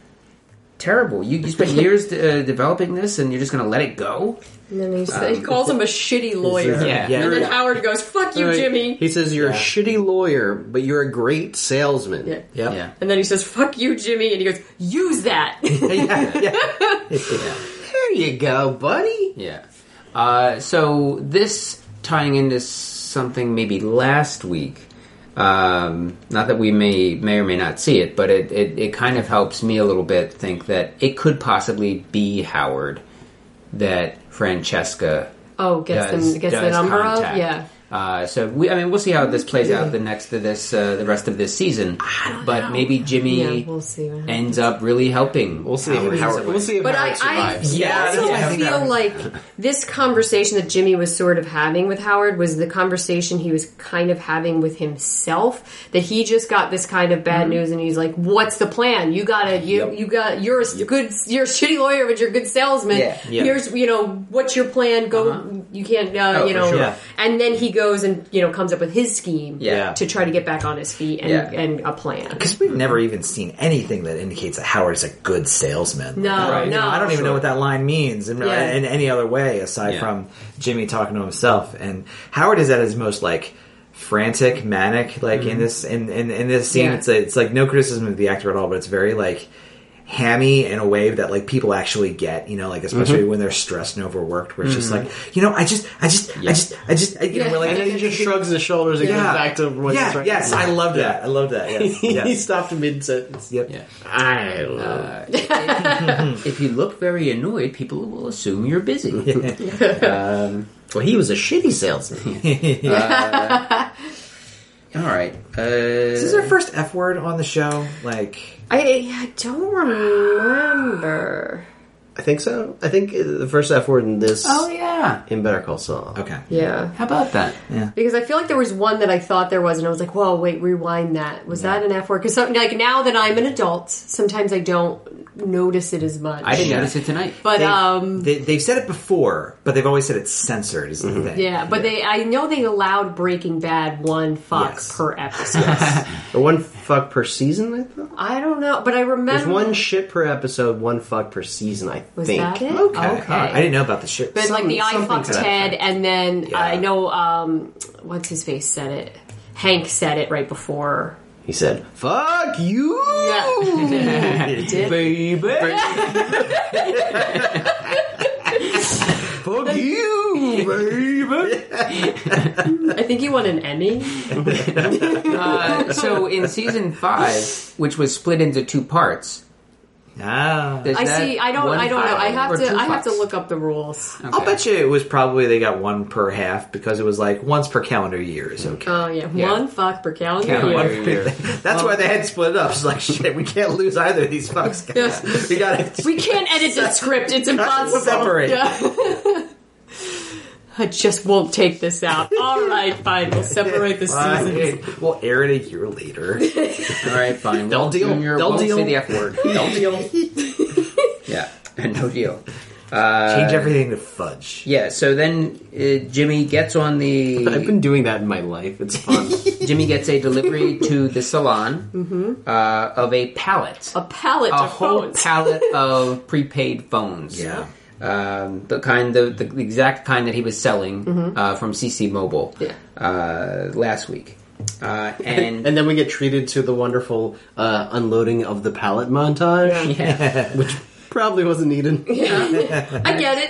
Speaker 2: Terrible. You, you spent
Speaker 5: <laughs>
Speaker 2: years uh, developing this, and you're just going to let it go.
Speaker 4: And then he's, he calls him a shitty lawyer.
Speaker 2: Yeah.
Speaker 4: And then
Speaker 5: Yeah.
Speaker 4: Howard goes, "Fuck you, Jimmy."
Speaker 5: He says you're a
Speaker 3: Yeah.
Speaker 5: shitty lawyer, but you're a great salesman.
Speaker 4: Yeah.
Speaker 3: Yep.
Speaker 2: Yeah.
Speaker 4: And then he says, "Fuck you, Jimmy," and he goes,
Speaker 2: <laughs>
Speaker 4: "Use that."
Speaker 3: yeah, yeah.
Speaker 5: There you go, buddy.
Speaker 2: Yeah. Uh, so this tying into something maybe last week. Um, not that we may may or may not see it, but it, it, it kind of helps me a little bit think that it could possibly be Howard that Francesca
Speaker 4: oh, gets
Speaker 2: does-
Speaker 4: them, gets the
Speaker 2: does
Speaker 4: number
Speaker 2: contact.
Speaker 4: of yeah.
Speaker 2: Uh, so we, I mean, we'll see how this plays out the next to this, uh, the rest of this season. but maybe Jimmy
Speaker 4: Yeah, we'll see what
Speaker 2: ends up really helping.
Speaker 5: We'll see.
Speaker 2: Howard
Speaker 5: if Howard,
Speaker 2: Howard.
Speaker 5: we'll see if
Speaker 4: But I,
Speaker 5: Howard
Speaker 4: I
Speaker 5: survives.
Speaker 3: Yeah,
Speaker 4: also
Speaker 3: yeah, I think
Speaker 4: feel
Speaker 3: that-
Speaker 4: like this conversation that Jimmy was sort of having with Howard was the conversation he was kind of having with himself. That he just got this kind of bad news, and he's like, "What's the plan? You gotta, you,
Speaker 2: Mm-hmm. Yep.
Speaker 4: you got, you're a good, you're a shitty lawyer, but you're a good salesman.
Speaker 2: Yeah. Yeah. Uh-huh.
Speaker 4: Here's, you know, what's your plan? Go, you can't, uh,
Speaker 2: Oh,
Speaker 4: you
Speaker 2: for
Speaker 4: know."
Speaker 2: sure.
Speaker 3: Yeah.
Speaker 4: And then he goes and you know comes up with his scheme,
Speaker 2: Yeah.
Speaker 4: to try to get back on his feet and,
Speaker 2: Yeah.
Speaker 4: and a plan.
Speaker 3: Because we've never even seen anything that indicates that Howard's a good salesman.
Speaker 4: No,
Speaker 3: Like,
Speaker 4: Right.
Speaker 3: you know,
Speaker 4: no.
Speaker 3: I don't even know what that line means in,
Speaker 4: Yeah.
Speaker 3: in any other way aside
Speaker 2: Yeah.
Speaker 3: from Jimmy talking to himself. And Howard is at his most like frantic, manic, like in this in, in, in this scene.
Speaker 4: Yeah.
Speaker 3: It's it's like no criticism of the actor at all, but it's very like hammy in a way that like people actually get you know like especially when they're stressed and overworked where it's just like you know i just i just i just i just I, you know, we're like,
Speaker 5: And then he just shrugs his shoulders and
Speaker 3: yeah
Speaker 5: goes back to what he's
Speaker 3: yeah
Speaker 5: trying
Speaker 3: yes i love that i love that yes,
Speaker 5: <laughs> he
Speaker 3: yes.
Speaker 5: stopped mid sentence.
Speaker 3: yep
Speaker 2: Yeah.
Speaker 5: I don't know.
Speaker 2: Uh, if, if you look very annoyed, people will assume you're busy.
Speaker 5: <laughs>
Speaker 2: um,
Speaker 5: well, he was a shitty salesman.
Speaker 2: <laughs> Uh, all right. Uh,
Speaker 3: Is this our first F word on the show? Like,
Speaker 4: I, I don't remember.
Speaker 5: I think so. I think uh, the first F word in this
Speaker 2: oh yeah.
Speaker 5: in Better Call Saul.
Speaker 3: okay,
Speaker 4: Yeah.
Speaker 2: How about that?
Speaker 4: Because I feel like there was one that I thought there was, and I was like, "Whoa, wait, rewind that. Was that an F word?" Because like now that I'm an adult, sometimes I don't notice it as much.
Speaker 2: I didn't notice it tonight.
Speaker 4: but
Speaker 3: they,
Speaker 4: um,
Speaker 3: they, they've said it before, but they've always said it's censored. Is
Speaker 2: Mm-hmm.
Speaker 3: the thing?
Speaker 4: yeah. But they, I know they allowed Breaking Bad one fuck
Speaker 3: Yes.
Speaker 4: per episode.
Speaker 5: Or one fuck per season, I thought.
Speaker 4: <laughs> I don't know, but I
Speaker 5: There's
Speaker 4: remember
Speaker 5: one shit per episode, one fuck per season, I
Speaker 4: was
Speaker 5: think.
Speaker 4: that it?
Speaker 3: Okay. I didn't know about the shit.
Speaker 4: But like the I
Speaker 5: something
Speaker 4: fucked
Speaker 5: to that
Speaker 4: Ted,
Speaker 5: effect.
Speaker 4: and then uh,
Speaker 3: Yeah.
Speaker 4: I know um, what's his face said it. Hank said it right before.
Speaker 5: He said, fuck you!
Speaker 4: <laughs>
Speaker 5: Baby! fuck you, baby!
Speaker 4: I think he won an Emmy.
Speaker 2: Uh, so in season five, which was split into two parts.
Speaker 3: ah,
Speaker 2: does
Speaker 4: I
Speaker 2: that
Speaker 4: see. I don't.
Speaker 2: one
Speaker 4: I don't know. I
Speaker 2: file or
Speaker 4: have to.
Speaker 2: two
Speaker 4: I have to
Speaker 2: files?
Speaker 4: look up the rules.
Speaker 3: I'll bet you it was probably they got one per half because it was like once per calendar year. Is okay.
Speaker 4: Oh yeah,
Speaker 2: Yeah.
Speaker 4: one fuck per calendar.
Speaker 2: Calendar
Speaker 4: year.
Speaker 2: year.
Speaker 3: One per- <laughs> That's why they had split it up. It's like shit. We can't lose either of these fucks. guys.
Speaker 4: <laughs> Yes.
Speaker 3: We got to
Speaker 4: <laughs> <laughs> We can't edit the script. It's impossible.
Speaker 3: Separate.
Speaker 4: Yeah. <laughs> I just won't take this out. All right, fine. We'll separate the seasons.
Speaker 3: <laughs> We'll air it a
Speaker 4: <laughs>
Speaker 3: year later.
Speaker 2: All right, fine.
Speaker 5: They'll
Speaker 2: Walt
Speaker 5: deal.
Speaker 2: Junior
Speaker 5: They'll
Speaker 2: won't <laughs>
Speaker 5: deal.
Speaker 2: Say the F word.
Speaker 5: Don't deal.
Speaker 2: yeah. No deal.
Speaker 3: Change everything to fudge.
Speaker 2: Yeah, so then uh, Jimmy gets on the.
Speaker 5: I've been doing that in my life. It's fun.
Speaker 2: Jimmy gets a delivery to the salon uh, of a pallet,
Speaker 4: Mm-hmm. A pallet
Speaker 2: a
Speaker 4: of
Speaker 2: whole
Speaker 4: phones.
Speaker 2: pallet of prepaid phones.
Speaker 3: Yeah.
Speaker 2: um, the kind, the, the exact kind that he was selling uh, from CC Mobile
Speaker 4: Yeah.
Speaker 2: uh, last week, uh, and.
Speaker 5: <laughs> and then we get treated to the wonderful uh, unloading of the pallet montage. <laughs>
Speaker 2: yeah.
Speaker 5: Probably wasn't needed.
Speaker 4: I get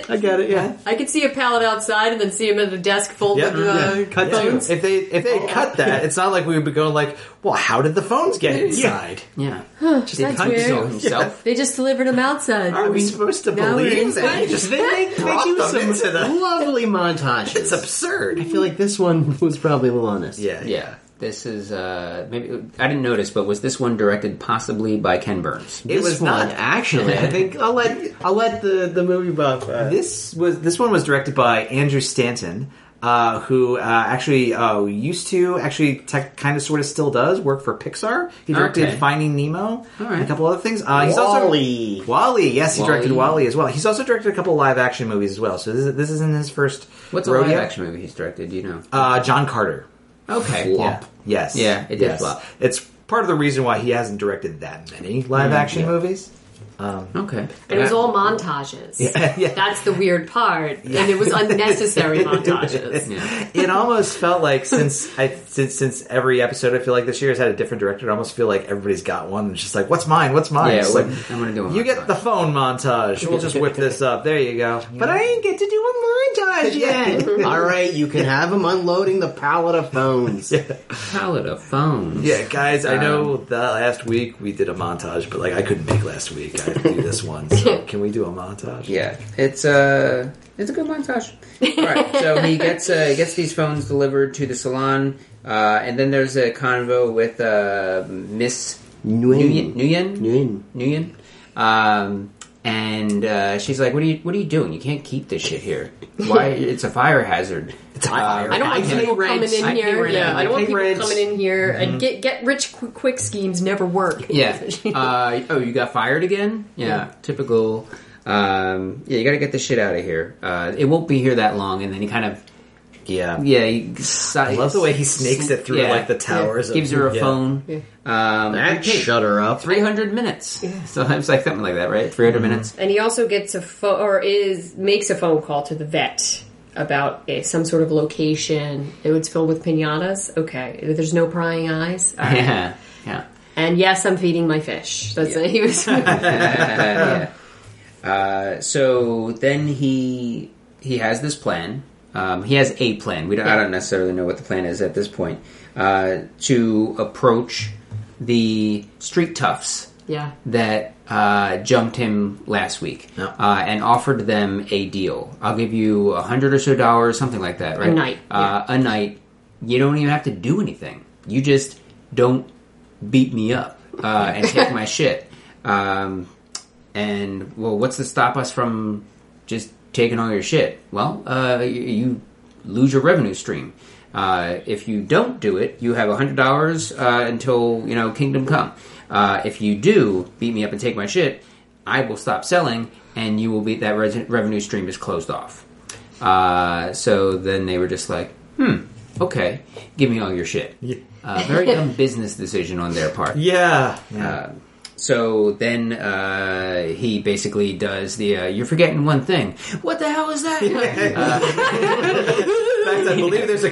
Speaker 5: I
Speaker 4: it.
Speaker 5: get it. Yeah.
Speaker 4: I could see a pallet outside and then see him at a desk full
Speaker 3: Yep.
Speaker 4: of uh,
Speaker 5: Yeah. Cut
Speaker 3: Yeah. Oh.
Speaker 5: to.
Speaker 3: If they if they had cut that, it's not like we would be going like, well, how did the phones get inside?
Speaker 2: yeah. Just
Speaker 4: that's weird.
Speaker 2: himself.
Speaker 4: They just delivered him outside.
Speaker 5: Are we supposed to
Speaker 4: Now we're
Speaker 5: believe
Speaker 4: in
Speaker 5: that?
Speaker 4: Just-
Speaker 5: They make, they
Speaker 3: brought
Speaker 5: do
Speaker 3: them
Speaker 5: some
Speaker 3: into <laughs> the-
Speaker 5: lovely montages.
Speaker 3: It's absurd.
Speaker 5: I feel like this one <laughs> was probably a little honest.
Speaker 3: Yeah.
Speaker 2: Yeah. This is uh maybe I didn't notice, but was this one directed possibly by Ken Burns?
Speaker 3: It
Speaker 5: This
Speaker 3: was
Speaker 5: one,
Speaker 3: not
Speaker 5: actually.
Speaker 3: <laughs>
Speaker 5: I think I'll let I'll let the the movie buff. Uh,
Speaker 3: This was this one was directed by Andrew Stanton, uh, who uh, actually uh, used to actually tech, kind of sort of still does work for Pixar. He directed
Speaker 2: Okay.
Speaker 3: Finding Nemo and a
Speaker 2: right.
Speaker 3: couple other things. Uh, he's
Speaker 5: Wall-E.
Speaker 3: also Wally. Yes, he directed
Speaker 2: Wall-E.
Speaker 3: Wally as well. He's also directed a couple live action movies as well. So this is, this isn't his first.
Speaker 2: <laughs> What's a
Speaker 3: rodeo.
Speaker 2: live action movie he's directed? Do you know?
Speaker 3: Uh, John Carter.
Speaker 2: okay.
Speaker 3: Yeah. Yes.
Speaker 2: Yeah, it did
Speaker 3: yes.
Speaker 2: flop.
Speaker 3: It's part of the reason why he hasn't directed that many
Speaker 2: Mm,
Speaker 3: live action movies.
Speaker 2: Okay. Uh, <laughs>
Speaker 4: And it was all montages. That's the weird part. And it
Speaker 2: <laughs>
Speaker 4: was unnecessary montages.
Speaker 3: <laughs>
Speaker 2: Yeah.
Speaker 3: it almost felt like since I since since every episode I feel like this year has had a different director. I almost feel like everybody's got one. It's just like what's mine? What's mine?
Speaker 2: Yeah,
Speaker 3: It's
Speaker 2: what-
Speaker 3: like,
Speaker 2: I'm gonna do a
Speaker 3: You
Speaker 2: montage.
Speaker 3: get the phone montage. We'll just whip this up. There you go. But I ain't get to do a <laughs> montage yet.
Speaker 5: <laughs> All right, you can have him unloading the pallet of <laughs> phones.
Speaker 2: Palette of phones.
Speaker 3: Yeah, guys, I know
Speaker 2: Um,
Speaker 3: that last week we did a montage, but like I couldn't make last week. I had to
Speaker 2: <laughs>
Speaker 3: do this one. So can we do a montage?
Speaker 2: Yeah, it's uh, it's a good montage. All right, so he gets uh, he gets these phones delivered to the salon, uh, and then there's a convo with uh, Miss
Speaker 5: Nguyen.
Speaker 2: Nguyen Nguyen
Speaker 5: Nguyen.
Speaker 2: Nguyen, um, and uh, she's like, "What are you What are you doing? You can't keep this shit here. Why? It's a fire hazard. Um, It's a fire.
Speaker 4: I don't want
Speaker 5: I pay
Speaker 4: people
Speaker 5: rent.
Speaker 4: coming in
Speaker 2: I pay
Speaker 4: here.
Speaker 2: rent.
Speaker 4: Yeah, I
Speaker 5: I
Speaker 4: don't want
Speaker 5: pay
Speaker 4: people
Speaker 5: rent.
Speaker 4: coming in here and get get rich quick, quick schemes never work.
Speaker 2: Mm-hmm.
Speaker 4: <laughs>
Speaker 2: Yeah. Uh, oh, you got fired again? Yeah. Typical. Um, yeah, you got to get this shit out of here. Uh, it won't be here that long, and then he kind of
Speaker 3: Yeah.
Speaker 2: Yeah, he I
Speaker 3: love the way he snakes it through, like, the towers of-
Speaker 2: Gives her a
Speaker 3: Yeah.
Speaker 2: phone.
Speaker 4: Yeah.
Speaker 2: Um,
Speaker 5: That shut her up.
Speaker 2: Three hundred minutes. <laughs> Sometimes like something like that, right? Three
Speaker 3: Mm-hmm.
Speaker 2: minutes.
Speaker 4: And he also gets a phone or is makes a phone call to the vet about eh, some sort of location. It was filled with pinatas. Okay, there's no prying eyes. All right.
Speaker 2: <laughs> Yeah, yeah.
Speaker 4: And yes, I'm feeding my fish. That's it. He was.
Speaker 2: Uh, so then he he has this plan. Um, he has a plan. We don't, I don't necessarily know what the plan is at this point. Uh, to approach the street toughs.
Speaker 4: <laughs> yeah.
Speaker 2: that uh, jumped him last week
Speaker 3: Yeah.
Speaker 2: uh, and offered them a deal. I'll give you a hundred or so dollars, something like that, right?
Speaker 4: night,
Speaker 2: Uh, A night. You don't even have to do anything. You just don't beat me up uh, and take my shit. Um, and well, what's to stop us from just taking all your shit? Well, uh, y- you lose your revenue stream. Uh, if you don't do it, you have hundred dollars uh, until you know Kingdom Come. Uh, if you do beat me up and take my shit, I will stop selling, and you will be that res- revenue stream is closed off. Uh, so then they were just like, hmm, okay, give me all your shit. Uh, very dumb business decision on their part.
Speaker 3: Yeah. Yeah.
Speaker 2: Uh,
Speaker 3: <laughs>
Speaker 2: So then uh, he basically does the uh, "You're forgetting one thing." What the hell is
Speaker 4: <laughs>
Speaker 2: that? Uh,
Speaker 3: fact, I believe there's a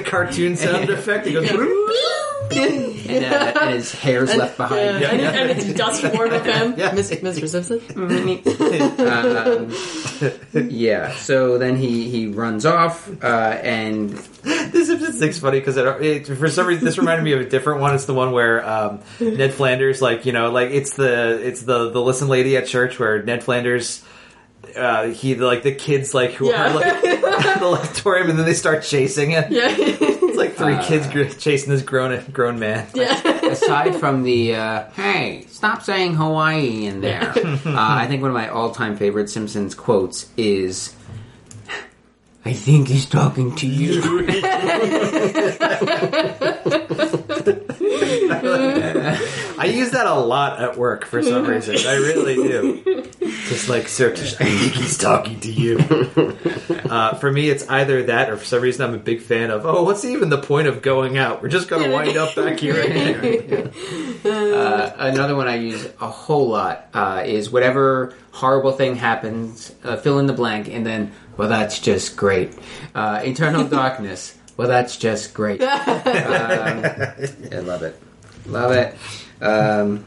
Speaker 2: <laughs>
Speaker 3: cartoon sound effect. It goes,
Speaker 2: and, uh, and his hair's left behind.
Speaker 4: And, and it's dust form of him. Mis- Mr. Simpson.
Speaker 2: <laughs> Yeah. So then he he runs off, uh, and
Speaker 3: this is it's funny because it, it, for some reason this reminded me of a different one. It's the one where um, Ned Flanders, like you know, like it's the it's the the listen lady at church where Ned Flanders. Uh, he like the kids like who
Speaker 4: Yeah.
Speaker 3: are like the auditorium, and then they start chasing it.
Speaker 4: <laughs> Yeah.
Speaker 3: It's like three kids gr- chasing this grown grown man.
Speaker 2: aside from the uh, "Hey, stop saying Hawaii" in there, uh, I think one of my all time favorite Simpsons quotes is. I think he's talking to you.
Speaker 3: I use that a lot at work for some reason. I really
Speaker 4: <laughs>
Speaker 3: do. Just like, sir, I think he's talking to you.
Speaker 4: <laughs>
Speaker 3: Uh, for me, it's either that, or for some reason, I'm a big fan of. Oh, what's even the point of going out? We're just going to wind up back here. Anyway.
Speaker 2: Uh, another one I use a whole lot uh, is whatever horrible thing happens, uh, fill in the blank, and then, well, that's just great. Uh, internal
Speaker 5: <laughs>
Speaker 2: darkness, well, that's just great. Um, I love it. Love it. Um,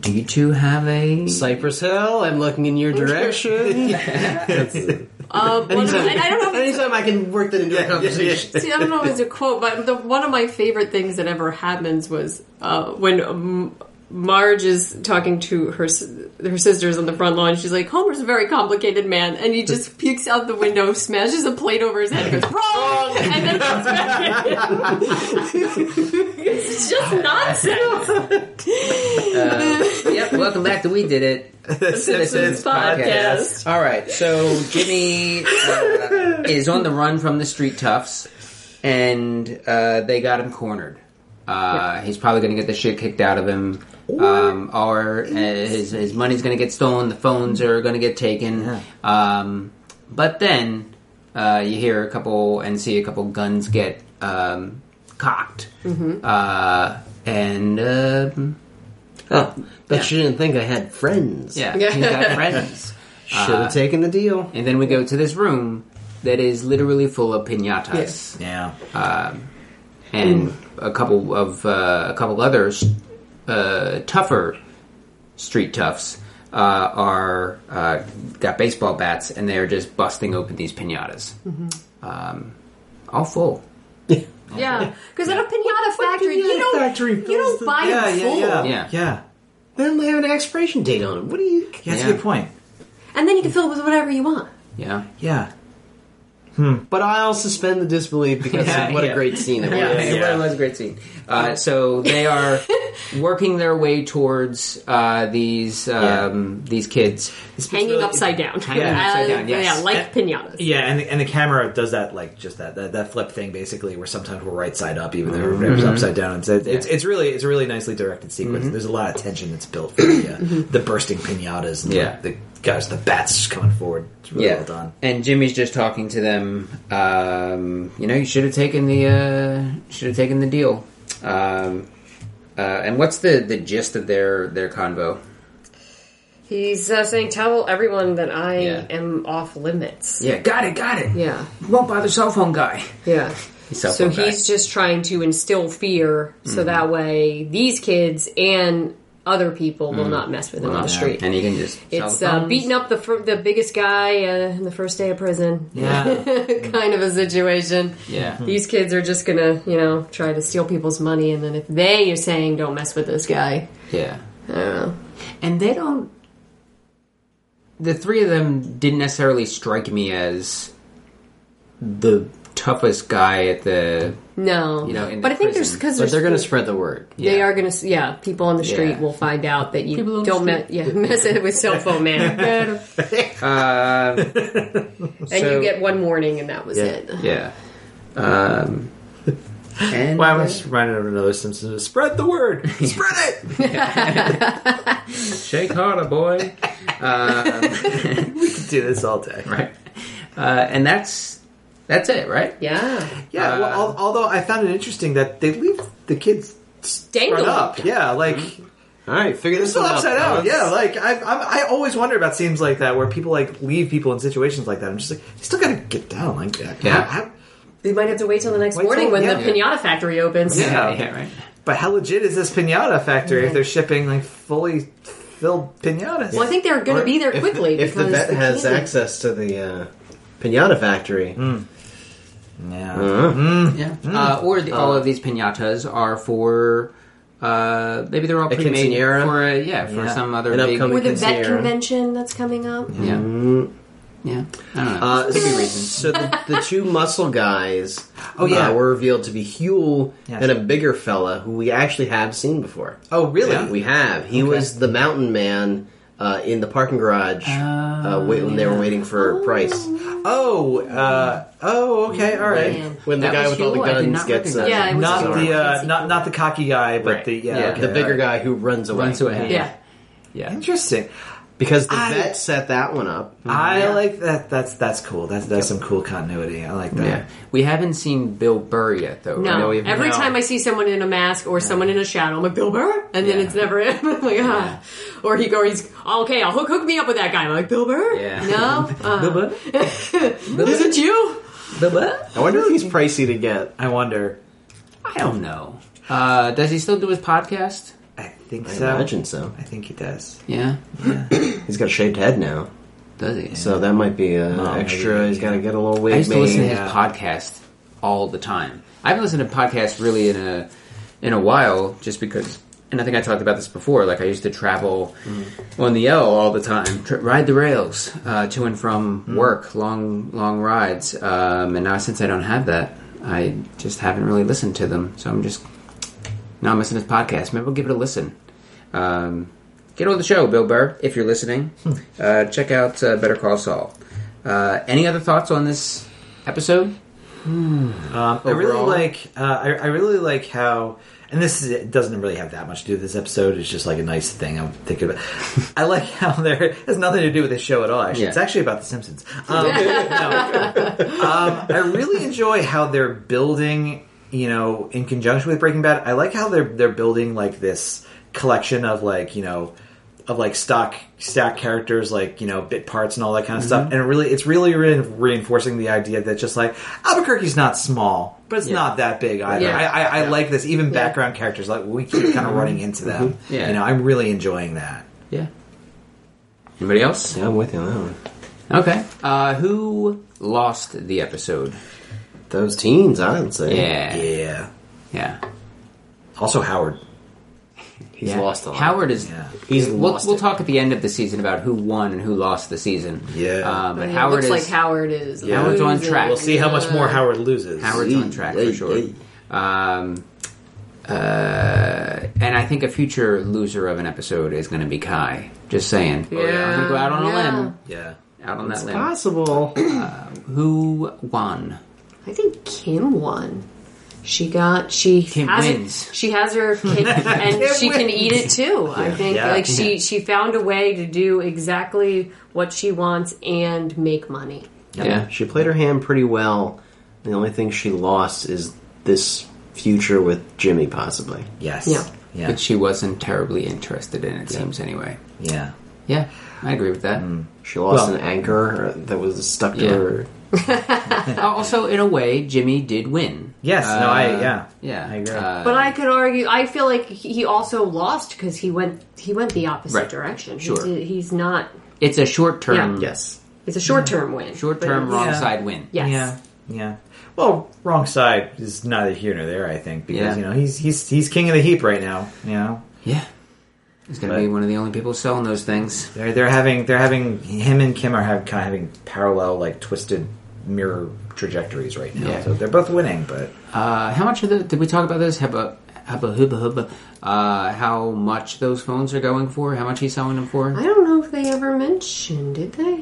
Speaker 2: do you two have a.
Speaker 5: Cypress Hill, I'm looking in your direction.
Speaker 4: Um, one of- and I don't know if it's
Speaker 5: Anytime I can work that into a conversation.
Speaker 4: See, I don't know if it's a quote, but the, one of my favorite things that ever happens was uh, when um, Marge is talking to her s- her sisters on the front lawn. She's like, "Homer's a very complicated man," and he just peeks out the window, smashes a plate over his head, and goes wrong, <laughs> and then comes back. in. <laughs> it's just nonsense.
Speaker 2: Yep, welcome back to We Did It.
Speaker 4: Simpsons podcast.
Speaker 2: All right, so Jimmy uh, is on the run from the street toughs, and uh, they got him cornered. Uh, He's probably going to get the shit kicked out of him, um, or uh, his his money's going to get stolen. The phones are going to get taken. Um, but then uh, you hear a couple and see a couple guns get um, cocked, uh, and um
Speaker 5: Oh, bet you didn't think I had friends.
Speaker 2: yeah,
Speaker 4: Yeah.
Speaker 2: he's got friends.
Speaker 5: Should have taken the deal.
Speaker 2: And then we go to this room that is literally full of pinatas Um,
Speaker 3: Yeah.
Speaker 2: and a couple of uh, a couple other uh, tougher street toughs uh, are uh, got baseball bats and they are just busting open these pinatas, um, all full.
Speaker 4: Yeah, because at a pinata factory,
Speaker 5: pinata
Speaker 4: you don't
Speaker 5: factory
Speaker 4: you
Speaker 5: fills
Speaker 4: don't
Speaker 5: the-
Speaker 4: <laughs> buy
Speaker 3: Yeah,
Speaker 4: a
Speaker 3: yeah,
Speaker 4: full,
Speaker 3: yeah,
Speaker 2: Yeah.
Speaker 3: yeah. Yeah.
Speaker 5: They don't have an expiration date on them. What do you?
Speaker 3: That's
Speaker 2: Yeah.
Speaker 3: a good point.
Speaker 4: and then you can fill it with whatever you want.
Speaker 2: Yeah,
Speaker 3: Yeah.
Speaker 5: But I'll suspend the disbelief because
Speaker 2: Yeah,
Speaker 5: what
Speaker 2: yeah.
Speaker 5: a great
Speaker 2: <laughs>
Speaker 5: scene it was.
Speaker 2: Yeah, it
Speaker 3: Yeah.
Speaker 2: was a great scene. Uh, so they <laughs> are working their way towards uh, these um, these kids.
Speaker 4: Hanging upside
Speaker 2: <laughs>
Speaker 4: down.
Speaker 2: Hanging upside down, yes.
Speaker 4: Yeah, like pinatas.
Speaker 3: Yeah, and the, and the camera does that like just that, that that flip thing basically, where sometimes we're right side up, even though everybody's upside down. It's it's, it's it's really it's a really nicely directed sequence. There's a lot of tension that's built for the, uh, the bursting pinatas and
Speaker 2: Yeah.
Speaker 3: like, the, guys, the bats just coming forward. It's really
Speaker 2: yeah.
Speaker 3: well done.
Speaker 2: And Jimmy's just talking to them. Um, you know, you should have taken the uh, should have taken the deal. Um, uh, and what's the, the gist of their their convo?
Speaker 4: He's uh, saying, "Tell everyone that I
Speaker 2: Yeah.
Speaker 4: am off limits."
Speaker 2: Yeah, got it, got it.
Speaker 4: Yeah,
Speaker 2: won't bother cell phone guy.
Speaker 4: yeah.
Speaker 2: cell
Speaker 4: so
Speaker 2: phone guy.
Speaker 4: he's just trying to instill fear,
Speaker 2: Mm-hmm.
Speaker 4: so that way these kids and other people
Speaker 2: Mm-hmm.
Speaker 4: will not mess with him on the street.
Speaker 2: and he can just sell
Speaker 4: It's
Speaker 2: the
Speaker 4: uh,
Speaker 2: phones.
Speaker 4: beating up the fir- the biggest guy uh, in the first day of prison.
Speaker 2: Yeah.
Speaker 4: <laughs> kind of a situation.
Speaker 2: <laughs> Yeah.
Speaker 4: These kids are just gonna, you know, try to steal people's money, and then if they are saying, "Don't mess with this guy,"
Speaker 2: yeah.
Speaker 4: I don't know.
Speaker 2: and they don't the three of them didn't necessarily strike me as the toughest guy at the
Speaker 4: No,
Speaker 2: You know, in
Speaker 4: but
Speaker 2: the
Speaker 4: I think there's
Speaker 2: prison.
Speaker 4: because
Speaker 5: But <laughs> they're going to spread the word.
Speaker 4: They
Speaker 2: Yeah.
Speaker 4: are gonna, yeah. People on the street
Speaker 2: Yeah.
Speaker 4: will find out that you
Speaker 2: People on the
Speaker 4: don't me- yeah, <laughs> mess it with cell
Speaker 2: <laughs>
Speaker 4: phone man,
Speaker 2: um,
Speaker 4: and
Speaker 2: So-
Speaker 4: you get one warning, and that was it.
Speaker 2: yeah um and
Speaker 3: Why am I just reminded of another Simpsons? Spread the word, spread <laughs> it.
Speaker 2: shake harder boy
Speaker 3: we could do this all day.
Speaker 2: <laughs> right uh, and that's that's it right
Speaker 4: Yeah,
Speaker 3: Yeah. well, al- although I found it interesting that they leave the kids
Speaker 4: Dangling.
Speaker 3: spread up. Yeah, like.
Speaker 5: All right, figure this
Speaker 3: Still
Speaker 5: one out.
Speaker 3: upside out,
Speaker 5: fellas.
Speaker 3: yeah. Like I, I'm, I always wonder about scenes like that where people like leave people in situations like that. I'm just like, you still gotta get down, like that.
Speaker 2: Yeah.
Speaker 3: How-
Speaker 4: they might have to wait till the next
Speaker 3: Wait
Speaker 4: morning
Speaker 3: till-
Speaker 4: when
Speaker 3: yeah.
Speaker 4: the pinata factory opens.
Speaker 3: Yeah.
Speaker 2: <laughs> yeah right
Speaker 3: but how legit is this pinata factory if they're shipping like fully filled pinatas?
Speaker 4: Well, I think they're going to be there
Speaker 5: If-
Speaker 4: quickly
Speaker 5: If the
Speaker 4: because
Speaker 5: vet
Speaker 4: they
Speaker 5: has
Speaker 4: can't-
Speaker 5: access to the uh, pinata factory,
Speaker 3: Yeah.
Speaker 5: Mm-hmm.
Speaker 2: yeah
Speaker 5: Hmm.
Speaker 2: uh, or the, all of these piñatas are for uh, maybe they're all pre-made
Speaker 5: quinceañera?
Speaker 2: for a, yeah for
Speaker 3: Yeah.
Speaker 2: some other
Speaker 5: An
Speaker 2: big
Speaker 5: upcoming-
Speaker 4: or the vet
Speaker 5: Sierra.
Speaker 4: convention that's coming up.
Speaker 2: yeah yeah I don't know
Speaker 5: uh,
Speaker 2: Could be reasons.
Speaker 5: <laughs> so the, the two muscle guys, oh
Speaker 3: yeah.
Speaker 5: were revealed to be Huel
Speaker 3: Yeah.
Speaker 5: and a bigger fella who we actually have seen before.
Speaker 3: Oh, really?
Speaker 5: We have. He was the mountain man uh, in the parking garage
Speaker 2: Oh,
Speaker 5: uh, wait, when they were waiting for Price.
Speaker 3: Oh, uh, oh, okay, all right.
Speaker 4: Man.
Speaker 5: When the
Speaker 2: That
Speaker 5: guy
Speaker 2: was
Speaker 5: with all the
Speaker 2: you? I did
Speaker 5: guns
Speaker 2: not
Speaker 5: gets uh,
Speaker 2: recognize
Speaker 4: Yeah, it was
Speaker 3: Not
Speaker 4: Sorry.
Speaker 3: the uh, not not the cocky guy, but
Speaker 2: Right.
Speaker 3: the yeah,
Speaker 2: Yeah,
Speaker 3: okay,
Speaker 5: the
Speaker 3: all
Speaker 5: bigger
Speaker 3: right.
Speaker 5: guy who runs away.
Speaker 2: Runs away.
Speaker 4: Yeah.
Speaker 2: Yeah.
Speaker 3: Interesting.
Speaker 4: Mm-hmm.
Speaker 5: Because the
Speaker 3: I-
Speaker 5: vet set that one up.
Speaker 2: Mm.
Speaker 3: I like that. That's that's cool. That's that's some cool continuity. I like that.
Speaker 2: Yeah. We haven't seen Bill Burr yet, though. right?
Speaker 4: No,
Speaker 2: we haven't-
Speaker 4: every
Speaker 3: no.
Speaker 4: time I see someone in a mask or someone in a shadow, I'm like Bill Burr, and then
Speaker 2: Yeah.
Speaker 4: it's never <laughs> him. I'm like, ah. or he or he's okay. I'll hook hook me up with that guy. I'm like Bill Burr.
Speaker 2: Yeah. <laughs>
Speaker 4: No, uh,
Speaker 2: Bill
Speaker 4: <laughs>
Speaker 2: Burr?
Speaker 4: is it you?
Speaker 2: Bill Burr?
Speaker 5: I wonder
Speaker 2: <laughs>
Speaker 5: if he's pricey to get.
Speaker 3: I wonder.
Speaker 2: I don't know. Uh, does he still do his podcast?
Speaker 3: I think
Speaker 5: I
Speaker 3: so.
Speaker 5: imagine so.
Speaker 3: I think he does.
Speaker 2: Yeah.
Speaker 5: He's got a shaved head now,
Speaker 2: Does he?
Speaker 5: so that might be an
Speaker 3: maybe,
Speaker 5: extra. He's got to get a little wig.
Speaker 2: Oh, I used to listen to
Speaker 5: made.
Speaker 2: his
Speaker 3: Yeah.
Speaker 2: podcast all the time. I haven't listened to podcasts really in a in a while, just because. And I think I talked about this before. Like I used to travel on the L all the time, tr- ride the rails uh, to and from work, long long rides. Um, and now since I don't have that, I just haven't really listened to them. So I'm just now I'm listening to his podcast. Maybe we'll give it a listen. Um, get on the show, Bill Burr, if you're listening. Uh, check out uh, Better Call Saul. Uh, any other thoughts on this episode?
Speaker 3: Um, I really
Speaker 2: Overall?
Speaker 3: like. Uh, I, I really like how. And this is, it doesn't really have that much to do with this episode. It's just like a nice thing I'm thinking about. I like how there it has nothing to do with this show at all. Actually,
Speaker 2: Yeah.
Speaker 3: it's actually about
Speaker 2: <laughs>
Speaker 3: The Simpsons. Um, no. um, I really enjoy how they're building. You know, in conjunction with Breaking Bad, I like how they're they're building like this collection of like you know of like stock stock characters like you know bit parts and all that kind of
Speaker 4: Mm-hmm.
Speaker 3: stuff and it really it's really re- reinforcing the idea that just like albuquerque's not small but it's not that big either
Speaker 4: Yeah. Mm-hmm.
Speaker 3: i i, I like this even background characters like we keep kind of running into them
Speaker 2: Yeah.
Speaker 3: you know i'm really enjoying that
Speaker 2: Yeah. Anybody else?
Speaker 5: Yeah, I'm with you on that one.
Speaker 2: Okay. Uh, who lost the episode?
Speaker 5: Those teens, I would say.
Speaker 2: Yeah.
Speaker 3: yeah
Speaker 2: Yeah.
Speaker 3: also howard
Speaker 5: he's
Speaker 2: Yeah.
Speaker 5: lost a lot.
Speaker 2: Howard is.
Speaker 3: yeah
Speaker 5: he's
Speaker 2: We'll,
Speaker 5: lost.
Speaker 2: we'll
Speaker 5: it.
Speaker 2: talk at the end of the season about who won and who lost the season.
Speaker 3: Yeah.
Speaker 2: Uh, but
Speaker 4: It
Speaker 2: Howard
Speaker 4: looks
Speaker 2: is.
Speaker 4: like Howard is.
Speaker 3: Yeah.
Speaker 2: Howard's on
Speaker 4: losing.
Speaker 2: track. We'll
Speaker 3: see how much more howard loses
Speaker 2: Howard's on track for sure. Um, uh, and I think a future loser of an episode is going to be Kai. Just saying. I'm going to go out on
Speaker 4: Yeah.
Speaker 2: a limb.
Speaker 3: yeah
Speaker 2: Out on that limb.
Speaker 5: Possible. <clears throat>
Speaker 2: Who won?
Speaker 4: I think Kim won. She got she
Speaker 2: Kim
Speaker 4: has it-
Speaker 2: wins.
Speaker 4: she has
Speaker 2: <laughs>
Speaker 4: her cake and
Speaker 3: Kim
Speaker 4: she can
Speaker 3: wins.
Speaker 4: eat it too. I think
Speaker 3: Yeah.
Speaker 4: like she she found a way to do exactly what she wants and make money.
Speaker 2: Yeah.
Speaker 5: She played her hand pretty well. The only thing she lost is this future with Jimmy, possibly.
Speaker 3: yes
Speaker 4: Yeah.
Speaker 3: yeah
Speaker 2: But she wasn't terribly interested in it, seems anyway.
Speaker 3: yeah
Speaker 2: Yeah, I agree with that.
Speaker 3: Mm.
Speaker 5: She lost
Speaker 3: Well-
Speaker 5: an anchor uh, that was stuck to
Speaker 2: Yeah.
Speaker 5: her.
Speaker 2: Uh, also, in a way, Jimmy did win.
Speaker 3: yes no i
Speaker 2: Uh,
Speaker 3: yeah
Speaker 2: Yeah.
Speaker 3: I agree.
Speaker 2: Uh,
Speaker 4: But I could argue. I feel like he also lost because he went he went the opposite
Speaker 2: Right.
Speaker 4: direction.
Speaker 2: Sure.
Speaker 4: he's, he's not.
Speaker 2: it's a short term.
Speaker 4: Yeah.
Speaker 5: Yes.
Speaker 4: It's a short term win.
Speaker 2: Short term
Speaker 4: But-
Speaker 2: wrong
Speaker 3: Yeah.
Speaker 2: side win.
Speaker 4: Yes.
Speaker 3: Yeah, yeah. Well, wrong side is neither here nor there. I think because
Speaker 2: Yeah.
Speaker 3: you know he's he's he's king of the heap right now. You know
Speaker 2: Yeah. He's going to
Speaker 3: But-
Speaker 2: be one of the only people selling those things.
Speaker 3: they're they're having they're having him and Kim are have, kind of having parallel like twisted mirror trajectories right now.
Speaker 2: Yeah.
Speaker 3: So they're both winning, but
Speaker 2: Uh, how much of the did we talk about this? Hubba, hubba, hubba, hubba. Uh, how much those phones are going for? How much he's selling them
Speaker 4: I
Speaker 2: for?
Speaker 4: don't know if they ever mentioned, did they?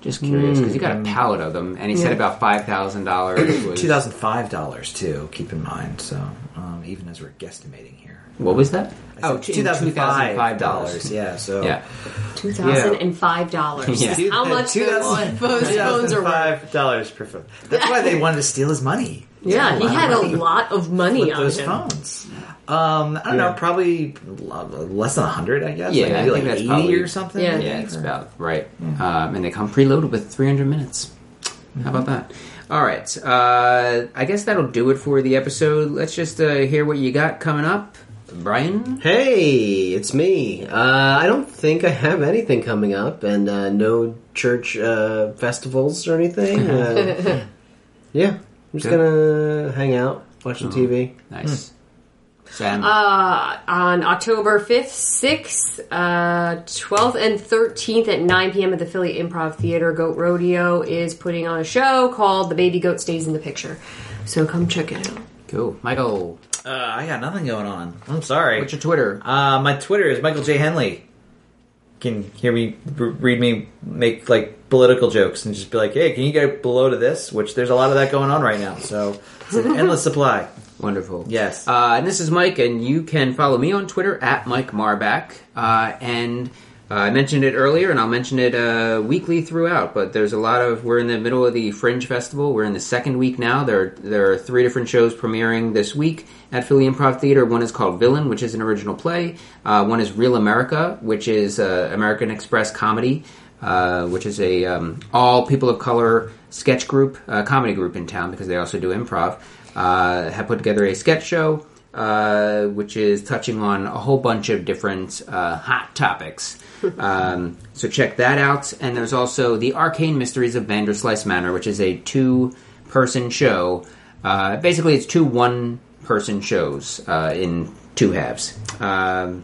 Speaker 2: Just curious because he got a pallet of them, and he said
Speaker 4: Yeah.
Speaker 2: about five thousand
Speaker 3: <coughs>
Speaker 2: dollars.
Speaker 3: Mm. two thousand five dollars too. Keep in mind. So um, even as we're guesstimating here,
Speaker 2: What was that? Oh,
Speaker 3: two thousand five dollars. Yeah. So
Speaker 2: Yeah,
Speaker 4: Two thousand and five dollars.
Speaker 2: Yeah. <laughs>
Speaker 4: How much those phones, phones are worth?
Speaker 3: five dollars per phone. That's why they wanted to steal his money.
Speaker 4: <laughs> Yeah, he
Speaker 3: Wow.
Speaker 4: had a lot of money
Speaker 3: with
Speaker 4: on
Speaker 3: those
Speaker 4: him.
Speaker 3: phones. Um, I don't know, probably l- less than hundred, I guess.
Speaker 2: Yeah,
Speaker 3: like,
Speaker 2: I
Speaker 3: maybe
Speaker 2: think
Speaker 3: like
Speaker 2: that's
Speaker 3: eighty
Speaker 2: probably-
Speaker 3: or something.
Speaker 4: Yeah.
Speaker 2: yeah, it's about right. Um, and they come preloaded with three hundred minutes. How about that? All right, uh, I guess that'll do it for the episode. Let's just uh, hear what you got coming up, Brian.
Speaker 5: Hey, it's me. Uh, I don't think I have anything coming up, and uh, no church uh, festivals or <laughs> anything. Uh, yeah, I'm just
Speaker 2: Good.
Speaker 5: gonna hang out, watch some TV.
Speaker 2: Nice, Sam.
Speaker 4: on October 5th, 6th, uh, 12th, and 13th at 9 p.m. at the Philly Improv Theater. Goat Rodeo is putting on a show called The Baby Goat Stays in the Picture. So come check it out.
Speaker 2: cool, Michael.
Speaker 3: Uh, I got nothing going on. I'm sorry.
Speaker 2: What's your Twitter?
Speaker 3: Uh, my Twitter is Michael J Henley. can hear me r- read me make like political jokes and just be like, hey, can you get below to this? Which there's a lot of that going on right now, so it's an endless supply.
Speaker 2: Wonderful.
Speaker 3: Yes.
Speaker 2: Uh, and this is Mike, and you can follow me on Twitter at Mike Marback. Uh, and uh, I mentioned it earlier, and I'll mention it uh, weekly throughout. But there's a lot of we're in the middle of the Fringe Festival. We're in the second week now. There are, there are three different shows premiering this week at Philly Improv Theater. One is called Villain, which is an original play. Uh, one is Real America, which is uh, American Express comedy uh, which is a um, all people of color sketch group, uh, comedy group in town because they also do improv. Uh, have put together a sketch show, uh, which is touching on a whole bunch of different uh, hot topics. um, so check that out. And there's also the Arcane Mysteries of Vanderslice Manor, which is a two-person show. Uh, basically, it's two one-person shows uh, in two halves. Um,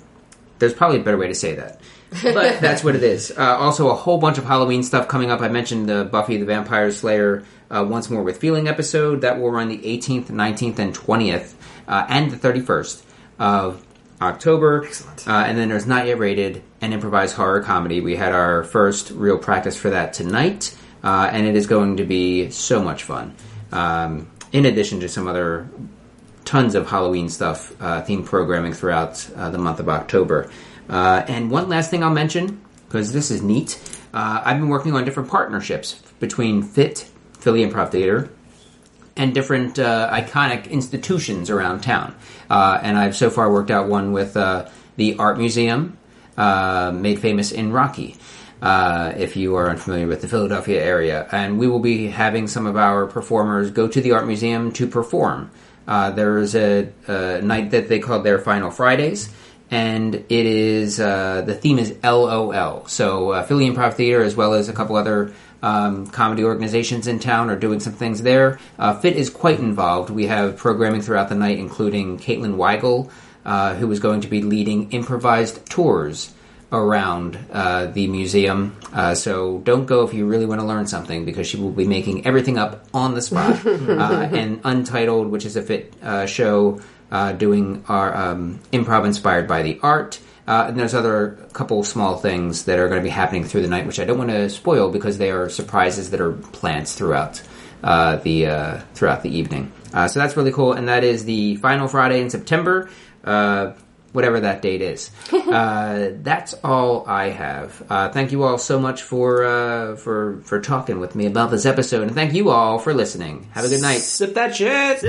Speaker 2: there's probably a better way to say that. But <laughs> that's what it is. Uh, also, a whole bunch of Halloween stuff coming up. I mentioned the Buffy the Vampire Slayer uh, Once More with Feeling episode. That will run the 18th, 19th, and 20th, uh, and the 31st of October. Excellent. Uh, and then there's Not Yet Rated, an improvised horror comedy. We had our first real practice for that tonight, uh, and it is going to be so much fun. Um, in addition to some other tons of Halloween stuff, uh, themed programming throughout uh, the month of October. Uh, and one last thing I'll mention, because this is neat, uh, I've been working on different partnerships between FIT, Philly Improv Theater, and different uh, iconic institutions around town. Uh, and I've so far worked out one with uh, the Art Museum, uh, made famous in Rocky. Uh, if you are unfamiliar with the Philadelphia area, and we will be having some of our performers go to the art museum to perform. Uh, there is a, a night that they call their Final Fridays, and it is uh, the theme is LOL. So uh, Philly Improv Theater, as well as a couple other um, comedy organizations in town, are doing some things there. Uh, Fit is quite involved. We have programming throughout the night, including Caitlin Weigel, uh, who is going to be leading improvised tours around uh, the museum. Uh, so don't go if you really want to learn something because she will be making everything up on the spot. uh, and Untitled, which is a fit uh, show uh, doing our um, improv inspired by the art. Uh, and there's other couple small things that are going to be happening through the night, which I don't want to spoil because they are surprises that are planned throughout uh, the uh, throughout the evening. Uh, so that's really cool, and that is the final Friday in September. Uh, whatever that date is. uh, that's all I have. Uh, thank you all so much for uh, for for talking with me about this episode, and thank you all for listening. Have a good night.
Speaker 3: Sip that shit.